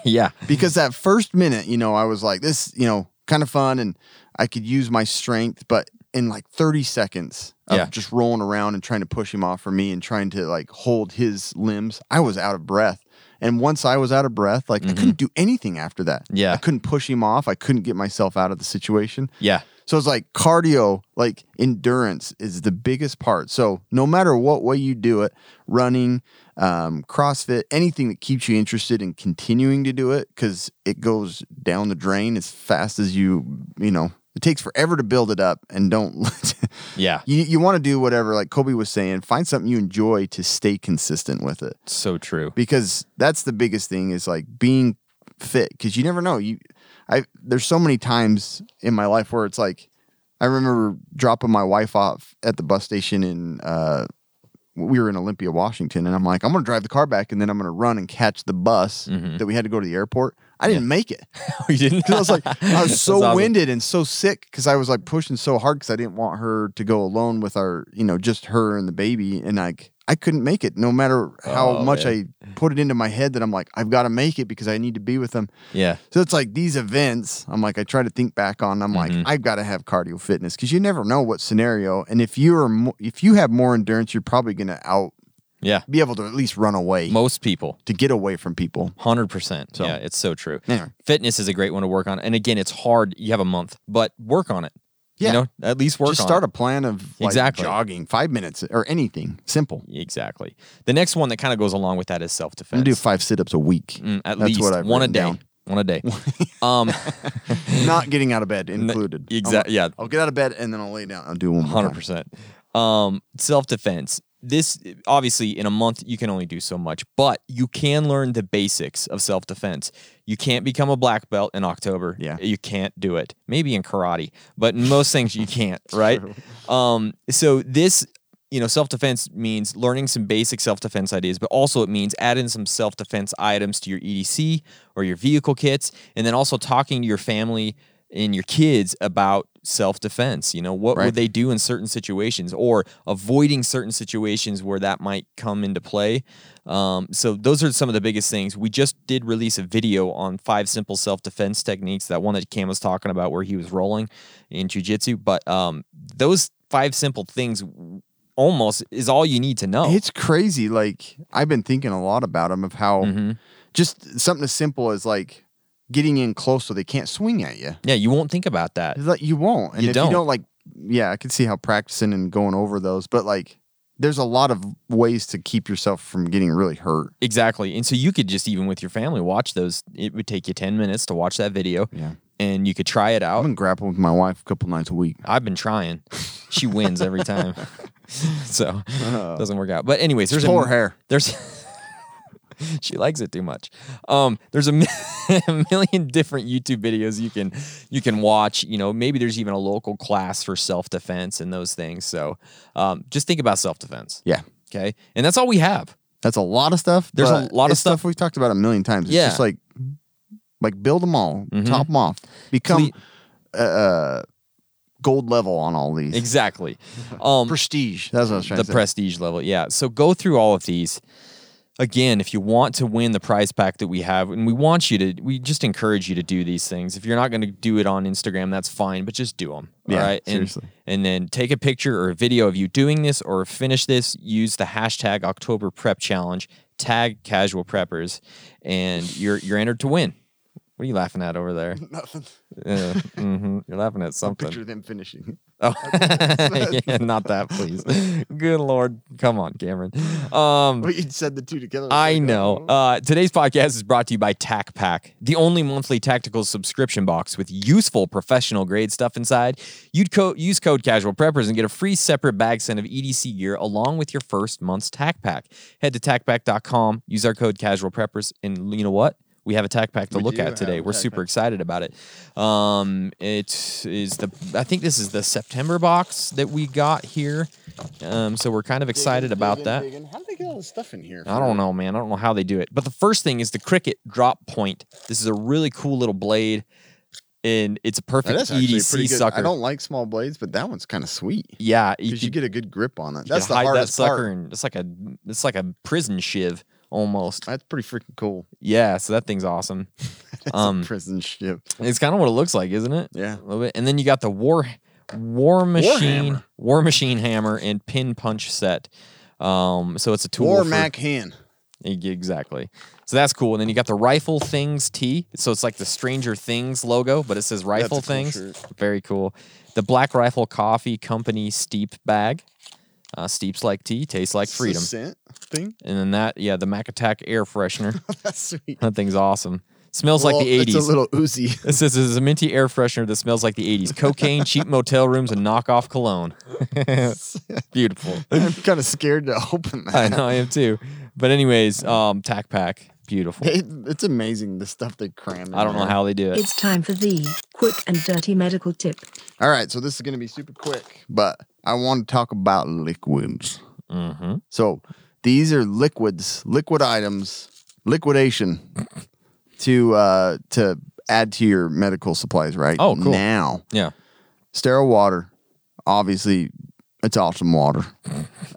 Speaker 2: yeah.
Speaker 3: because that first minute, you know, I was like, this, you know, kind of fun and I could use my strength, but in like 30 seconds of
Speaker 2: Yeah.
Speaker 3: just rolling around and trying to push him off for me and trying to like hold his limbs, I was out of breath. And once I was out of breath, like I couldn't do anything after that.
Speaker 2: Mm-hmm. Yeah.
Speaker 3: I couldn't push him off. I couldn't get myself out of the situation.
Speaker 2: Yeah.
Speaker 3: So it's like cardio, like endurance is the biggest part. So no matter what way you do it, running, um, CrossFit, anything that keeps you interested in continuing to do it, because it goes down the drain as fast as you, you know, it takes forever to build it up and don't. let-
Speaker 2: Yeah.
Speaker 3: you you want to do whatever, like Kobe was saying, find something you enjoy to stay consistent with it
Speaker 2: So true.
Speaker 3: because that's the biggest thing is like being fit because you never know you i there's so many times in my life where it's like i remember dropping my wife off at the bus station in uh we were in olympia washington and i'm like i'm gonna drive the car back and then i'm gonna run and catch the bus that we had to go to the airport i didn't make it
Speaker 2: you didn't.
Speaker 3: because I was like, I was
Speaker 2: That's
Speaker 3: so
Speaker 2: awesome.
Speaker 3: winded and so sick because I was like pushing so hard because I didn't want her to go alone with our, you know, just her and the baby. And like, I couldn't make it no matter how
Speaker 2: Oh,
Speaker 3: much I put it into my head that I'm like, I've got to make it because I need to be with them.
Speaker 2: Yeah.
Speaker 3: So it's like these events, I'm like, I try to think back on, I'm
Speaker 2: Mm-hmm.
Speaker 3: like, I've got to have cardio fitness because you never know what scenario. And if you're, mo- if you have more endurance, you're probably going to out
Speaker 2: Yeah.
Speaker 3: be able to at least run away
Speaker 2: Most people.
Speaker 3: to get away from people.
Speaker 2: Hundred percent. Yeah, it's so true.
Speaker 3: Anyway.
Speaker 2: Fitness is a great one to work on, and again, it's hard. You have a month, but work on it.
Speaker 3: Yeah.
Speaker 2: you know, at least work.
Speaker 3: Just
Speaker 2: on
Speaker 3: start
Speaker 2: it.
Speaker 3: a plan of like
Speaker 2: Exactly.
Speaker 3: jogging, five minutes or anything simple.
Speaker 2: Exactly. The next one that kind of goes along with that is self
Speaker 3: I'm
Speaker 2: defense.
Speaker 3: gonna do five sit ups a week.
Speaker 2: at
Speaker 3: That's
Speaker 2: least
Speaker 3: what I've
Speaker 2: one a
Speaker 3: written
Speaker 2: day.
Speaker 3: down.
Speaker 2: One a day. um,
Speaker 3: Not getting out of bed included.
Speaker 2: exact-
Speaker 3: I'm-
Speaker 2: yeah.
Speaker 3: I'll get out of bed and then I'll lay down. I'll do one more.
Speaker 2: hundred
Speaker 3: time.
Speaker 2: percent. Um, self defense. This obviously in a month you can only do so much, but you can learn the basics of self defense. You can't become a black belt in October.
Speaker 3: Yeah.
Speaker 2: you can't do it. Maybe in karate, but in most things you can't. Right. Um, so this. You know, self defense means learning some basic self defense ideas, but also it means adding some self defense items to your EDC or your vehicle kits, and then also talking to your family and your kids about self defense. You know, what
Speaker 3: Right.
Speaker 2: would they do in certain situations or avoiding certain situations where that might come into play? Um, so, those are some of the biggest things. We just did release a video on five simple self defense techniques, that one that Cam was talking about where he was rolling in jujitsu. But um, those five simple things almost is all you need to know.
Speaker 3: It's crazy. Like I've been thinking a lot about them of how
Speaker 2: Mhm.
Speaker 3: just something as simple as like getting in close so they can't swing at you.
Speaker 2: yeah, you won't think about that.
Speaker 3: It's like you won't. And
Speaker 2: You
Speaker 3: if
Speaker 2: don't.
Speaker 3: you don't like yeah, I can see how practicing and going over those, but like there's a lot of ways to keep yourself from getting really hurt.
Speaker 2: Exactly. And so you could just even with your family watch those. It would take you 10 minutes to watch that video.
Speaker 3: Yeah.
Speaker 2: And you could try it
Speaker 3: I've
Speaker 2: out.
Speaker 3: been grappling with my wife a couple nights a week.
Speaker 2: I've been trying. She wins every time. so Oh. doesn't work out. But anyways, there's
Speaker 3: poor
Speaker 2: a,
Speaker 3: hair.
Speaker 2: There's she likes it too much. Um, there's a, mi- a million different YouTube videos you can you can watch. You know, maybe there's even a local class for self defense and those things. So um, just think about self defense.
Speaker 3: Yeah.
Speaker 2: Okay. And that's all we have.
Speaker 3: That's a lot of stuff.
Speaker 2: There's a
Speaker 3: but
Speaker 2: lot of
Speaker 3: it's
Speaker 2: stuff.
Speaker 3: we've talked about a million times. It's
Speaker 2: Yeah. Mm-hmm.
Speaker 3: just like like build them all, top them off, become
Speaker 2: Cle-
Speaker 3: uh, gold level on all these.
Speaker 2: Exactly. Um,
Speaker 3: Prestige. That's what I was trying
Speaker 2: the
Speaker 3: to say.
Speaker 2: prestige level. Yeah. So go through all of these. Again, if you want to win the prize pack that we have, and we want you to, we just encourage you to do these things. If you're not going to do it on Instagram, that's fine, but just do them.
Speaker 3: Yeah,
Speaker 2: all right. And,
Speaker 3: seriously.
Speaker 2: and then take a picture or a video of you doing this or finish this. Use the hashtag October Prep Challenge, tag casual preppers, and you're you're entered to win. What are you laughing at over there?
Speaker 3: Nothing.
Speaker 2: Uh, mhm, You're laughing at something.
Speaker 3: Picture them finishing.
Speaker 2: Oh, yeah, not that, please. Good lord, come on, Cameron. Um,
Speaker 3: But you said the two together.
Speaker 2: I know. Uh, today's podcast is brought to you by Tac Pack, the only monthly tactical subscription box with useful professional grade stuff inside. You'd co- use code Casual Preppers and get a free separate bag sent of EDC gear along with your first month's Tac Pack. Head to tacpack.com, use our code Casual Preppers, and you know what? we have Attack Pack to
Speaker 3: We
Speaker 2: look
Speaker 3: do
Speaker 2: at today.
Speaker 3: have
Speaker 2: We're
Speaker 3: Attack
Speaker 2: super
Speaker 3: Pack.
Speaker 2: excited about it. Um, it is the I think this is the September box that we got here. Um, so we're kind of excited about that.
Speaker 3: How did they get all this stuff in here?
Speaker 2: I don't know, man. I don't know how they do it. But the first thing is the cricket drop point. This is a really cool little blade, and it's a
Speaker 3: That
Speaker 2: perfect
Speaker 3: is actually
Speaker 2: EDC
Speaker 3: pretty good.
Speaker 2: E sucker.
Speaker 3: I don't like small blades, but that one's kind of sweet
Speaker 2: yeah, you
Speaker 3: because you
Speaker 2: could-
Speaker 3: get a good grip on it.
Speaker 2: you
Speaker 3: That's
Speaker 2: could
Speaker 3: the
Speaker 2: hide
Speaker 3: hardest
Speaker 2: that sucker,
Speaker 3: part.
Speaker 2: and it's like a it's like a prison shiv almost.
Speaker 3: That's pretty freaking cool.
Speaker 2: Yeah, so that thing's awesome.
Speaker 3: That's
Speaker 2: Um,
Speaker 3: a prison ship.
Speaker 2: It's kind of what it looks like, isn't it?
Speaker 3: Yeah.
Speaker 2: A little bit. And then you got the war war machine war,
Speaker 3: hammer.
Speaker 2: machine hammer and pin punch set. Um, so it's a tool.
Speaker 3: War
Speaker 2: for-
Speaker 3: Mac Hen.
Speaker 2: Eg- Exactly. So that's cool. And then you got the Rifle Things T. So it's like the Stranger Things logo, but it says Rifle
Speaker 3: a cool
Speaker 2: Things.
Speaker 3: shirt.
Speaker 2: Very cool. The Black Rifle Coffee Company Steep Bag. Uh, steeps like tea, tastes like freedom.
Speaker 3: Scent thing.
Speaker 2: And then that, yeah, the Mac Attack Air Freshener.
Speaker 3: That's sweet.
Speaker 2: that thing's awesome. Smells
Speaker 3: Well,
Speaker 2: like the 80s.
Speaker 3: It's a little oozy.
Speaker 2: It says it's a minty air freshener that smells like the 80s. Cocaine, cheap motel rooms, and knockoff cologne. Beautiful.
Speaker 3: I'm kind of scared to open that.
Speaker 2: I know I am too. But anyways, um, Tac Pack, beautiful.
Speaker 3: It, it's amazing the stuff they cram. in
Speaker 2: I don't know
Speaker 3: there.
Speaker 2: how they do it.
Speaker 4: It's time for the quick and dirty medical tip.
Speaker 3: All right, so this is going to be super quick, but I want to talk about liquids.
Speaker 2: Mm-hmm.
Speaker 3: So these are liquids, liquid items, liquidation to uh, to add to your medical supplies. Right?
Speaker 2: Oh, cool.
Speaker 3: Now,
Speaker 2: Yeah.
Speaker 3: sterile water, obviously, it's awesome water.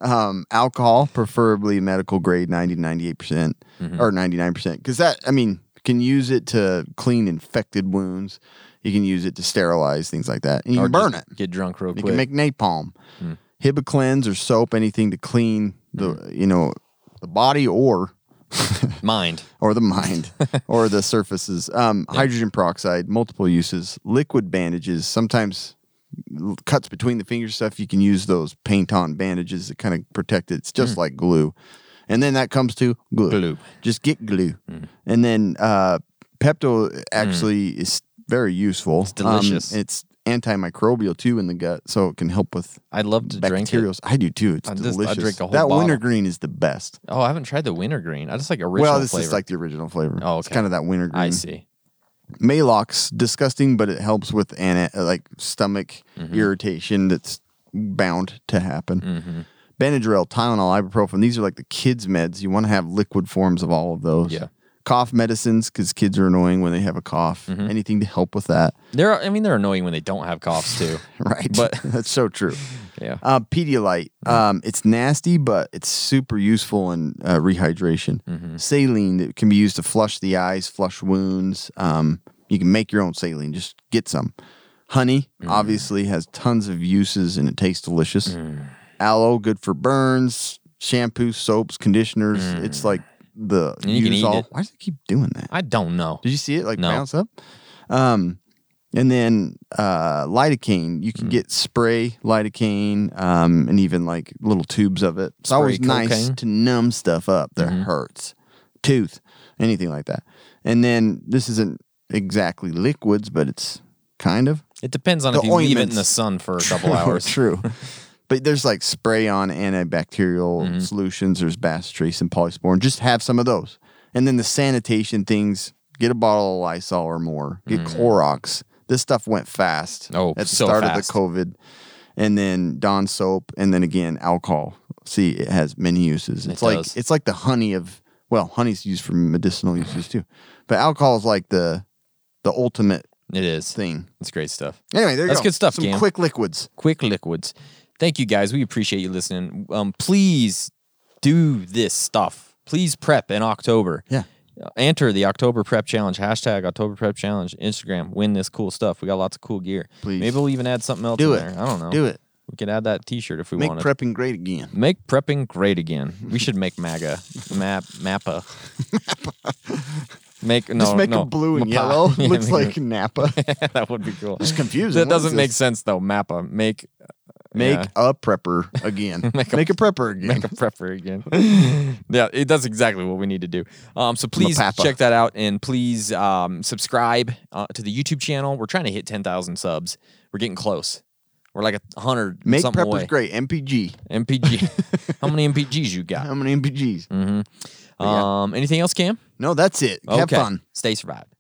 Speaker 3: um, alcohol, preferably medical grade, 90 to 98 percent
Speaker 2: Mm-hmm.
Speaker 3: or 99 percent, because that I mean you can use it to clean infected wounds. You can use it to sterilize things like that, and you
Speaker 2: Or
Speaker 3: can burn it.
Speaker 2: just Get drunk real
Speaker 3: You
Speaker 2: quick.
Speaker 3: can make napalm, Hiba cleanse or soap, anything to clean the you know the body or
Speaker 2: Mind.
Speaker 3: or the mind or the surfaces. Um, Hydrogen peroxide, multiple uses. Liquid bandages, sometimes l- cuts between the fingers stuff. You can use those paint on bandages that kind of protect it. It's just like glue. And then that comes to glue.
Speaker 2: Glue.
Speaker 3: Just get glue. And then uh, Pepto actually is very useful. It's
Speaker 2: delicious.
Speaker 3: it's antimicrobial too in the gut, so it can help with
Speaker 2: I'd love to drink it.
Speaker 3: bacterials. I do too. It's
Speaker 2: I just- I
Speaker 3: delicious.
Speaker 2: drink a whole
Speaker 3: that
Speaker 2: bottle.
Speaker 3: wintergreen is the best.
Speaker 2: Oh, I haven't tried the wintergreen. I just like original
Speaker 3: Well, this
Speaker 2: flavor.
Speaker 3: is like the original flavor.
Speaker 2: Oh,
Speaker 3: It's
Speaker 2: okay.
Speaker 3: kind of that wintergreen.
Speaker 2: I see.
Speaker 3: Malox, disgusting, but it helps with an uh, like stomach
Speaker 2: Mm-hmm.
Speaker 3: irritation that's bound to happen.
Speaker 2: Mm-hmm.
Speaker 3: Benadryl, Tylenol, ibuprofen. These are like the kids' meds. You want to have liquid forms of all of those.
Speaker 2: Yeah.
Speaker 3: Cough medicines because kids are annoying when they have a cough.
Speaker 2: Mm-hmm.
Speaker 3: Anything to help with that.
Speaker 2: They're. I mean, they're annoying when they don't have coughs too.
Speaker 3: Right.
Speaker 2: But-
Speaker 3: that's so true.
Speaker 2: yeah.
Speaker 3: Uh, Pedialyte. Um, it's nasty, but it's super useful in uh, rehydration.
Speaker 2: Mm-hmm.
Speaker 3: Saline that can be used to flush the eyes, flush wounds. Um, you can make your own saline. Just get some. Honey
Speaker 2: Mm.
Speaker 3: obviously has tons of uses and it tastes delicious.
Speaker 2: Mm.
Speaker 3: Aloe good for burns. Shampoo, soaps, conditioners. It's like the
Speaker 2: Mm. And you can
Speaker 3: use
Speaker 2: eat
Speaker 3: all.
Speaker 2: it.
Speaker 3: Why does it keep doing that?
Speaker 2: I don't know.
Speaker 3: Did you see it like
Speaker 2: No.
Speaker 3: bounce up? Um, and then uh, lidocaine, you
Speaker 2: Mm.
Speaker 3: can get spray lidocaine um, and even like little tubes of it. It's
Speaker 2: Spray
Speaker 3: always nice
Speaker 2: cocaine. Mm-hmm.
Speaker 3: to numb stuff up that hurts, tooth, anything like that. And then this isn't exactly liquids, but it's kind of
Speaker 2: It depends on
Speaker 3: The
Speaker 2: if you leave it in the
Speaker 3: ointments.
Speaker 2: sun for a couple hours.
Speaker 3: True. But there's like spray on antibacterial
Speaker 2: Mm-hmm.
Speaker 3: solutions. There's bacitracin and polysporin. Just have some of those. And then the sanitation things get a bottle of Lysol or more, get Clorox. This stuff went fast
Speaker 2: Mm-hmm. Oh,
Speaker 3: at the
Speaker 2: so
Speaker 3: start of
Speaker 2: fast.
Speaker 3: the COVID. And then Dawn soap. And then again, alcohol. See, it has many uses. It's like
Speaker 2: does.
Speaker 3: it's like the honey of well, honey's used for medicinal uses too. But alcohol is like the the ultimate
Speaker 2: It is.
Speaker 3: thing.
Speaker 2: It's great stuff.
Speaker 3: Anyway, there you
Speaker 2: That's
Speaker 3: go.
Speaker 2: good stuff,
Speaker 3: Some
Speaker 2: Cam.
Speaker 3: quick liquids.
Speaker 2: quick liquids. Thank you guys. We appreciate you listening. Um, please do this stuff. Please prep in October.
Speaker 3: Yeah.
Speaker 2: Enter the October Prep Challenge hashtag October Prep Challenge Instagram. Win this cool stuff. We got lots of cool gear.
Speaker 3: Please.
Speaker 2: maybe we'll even add something else
Speaker 3: Do
Speaker 2: in
Speaker 3: it.
Speaker 2: there. I don't know.
Speaker 3: Do it.
Speaker 2: We could add that T-shirt if we
Speaker 3: Make
Speaker 2: wanted.
Speaker 3: prepping great again.
Speaker 2: Make prepping great again. We should make MAGA, map, mappa. make no,
Speaker 3: Just make
Speaker 2: no,
Speaker 3: it blue and
Speaker 2: mappa.
Speaker 3: yellow.
Speaker 2: Yeah,
Speaker 3: Looks
Speaker 2: make
Speaker 3: like Napa.
Speaker 2: it- that would be cool.
Speaker 3: It's confusing.
Speaker 2: That
Speaker 3: What is
Speaker 2: doesn't make
Speaker 3: this?
Speaker 2: sense though. Mappa, make
Speaker 3: Make
Speaker 2: yeah.
Speaker 3: a prepper again. make, a, prepper again.
Speaker 2: Make a prepper again. yeah, it does exactly what we need to do. Um, so please
Speaker 3: papa.
Speaker 2: check that out and please um, subscribe uh, to the YouTube channel. We're trying to hit 10,000 subs. We're getting close. We're like a hundred
Speaker 3: Make
Speaker 2: something
Speaker 3: preppers
Speaker 2: away.
Speaker 3: great. MPG.
Speaker 2: MPG. How many MPGs you got? Mm.
Speaker 3: How many MPGs?
Speaker 2: Um, anything else, Cam?
Speaker 3: No, that's it. Have fun.
Speaker 2: Stay survived.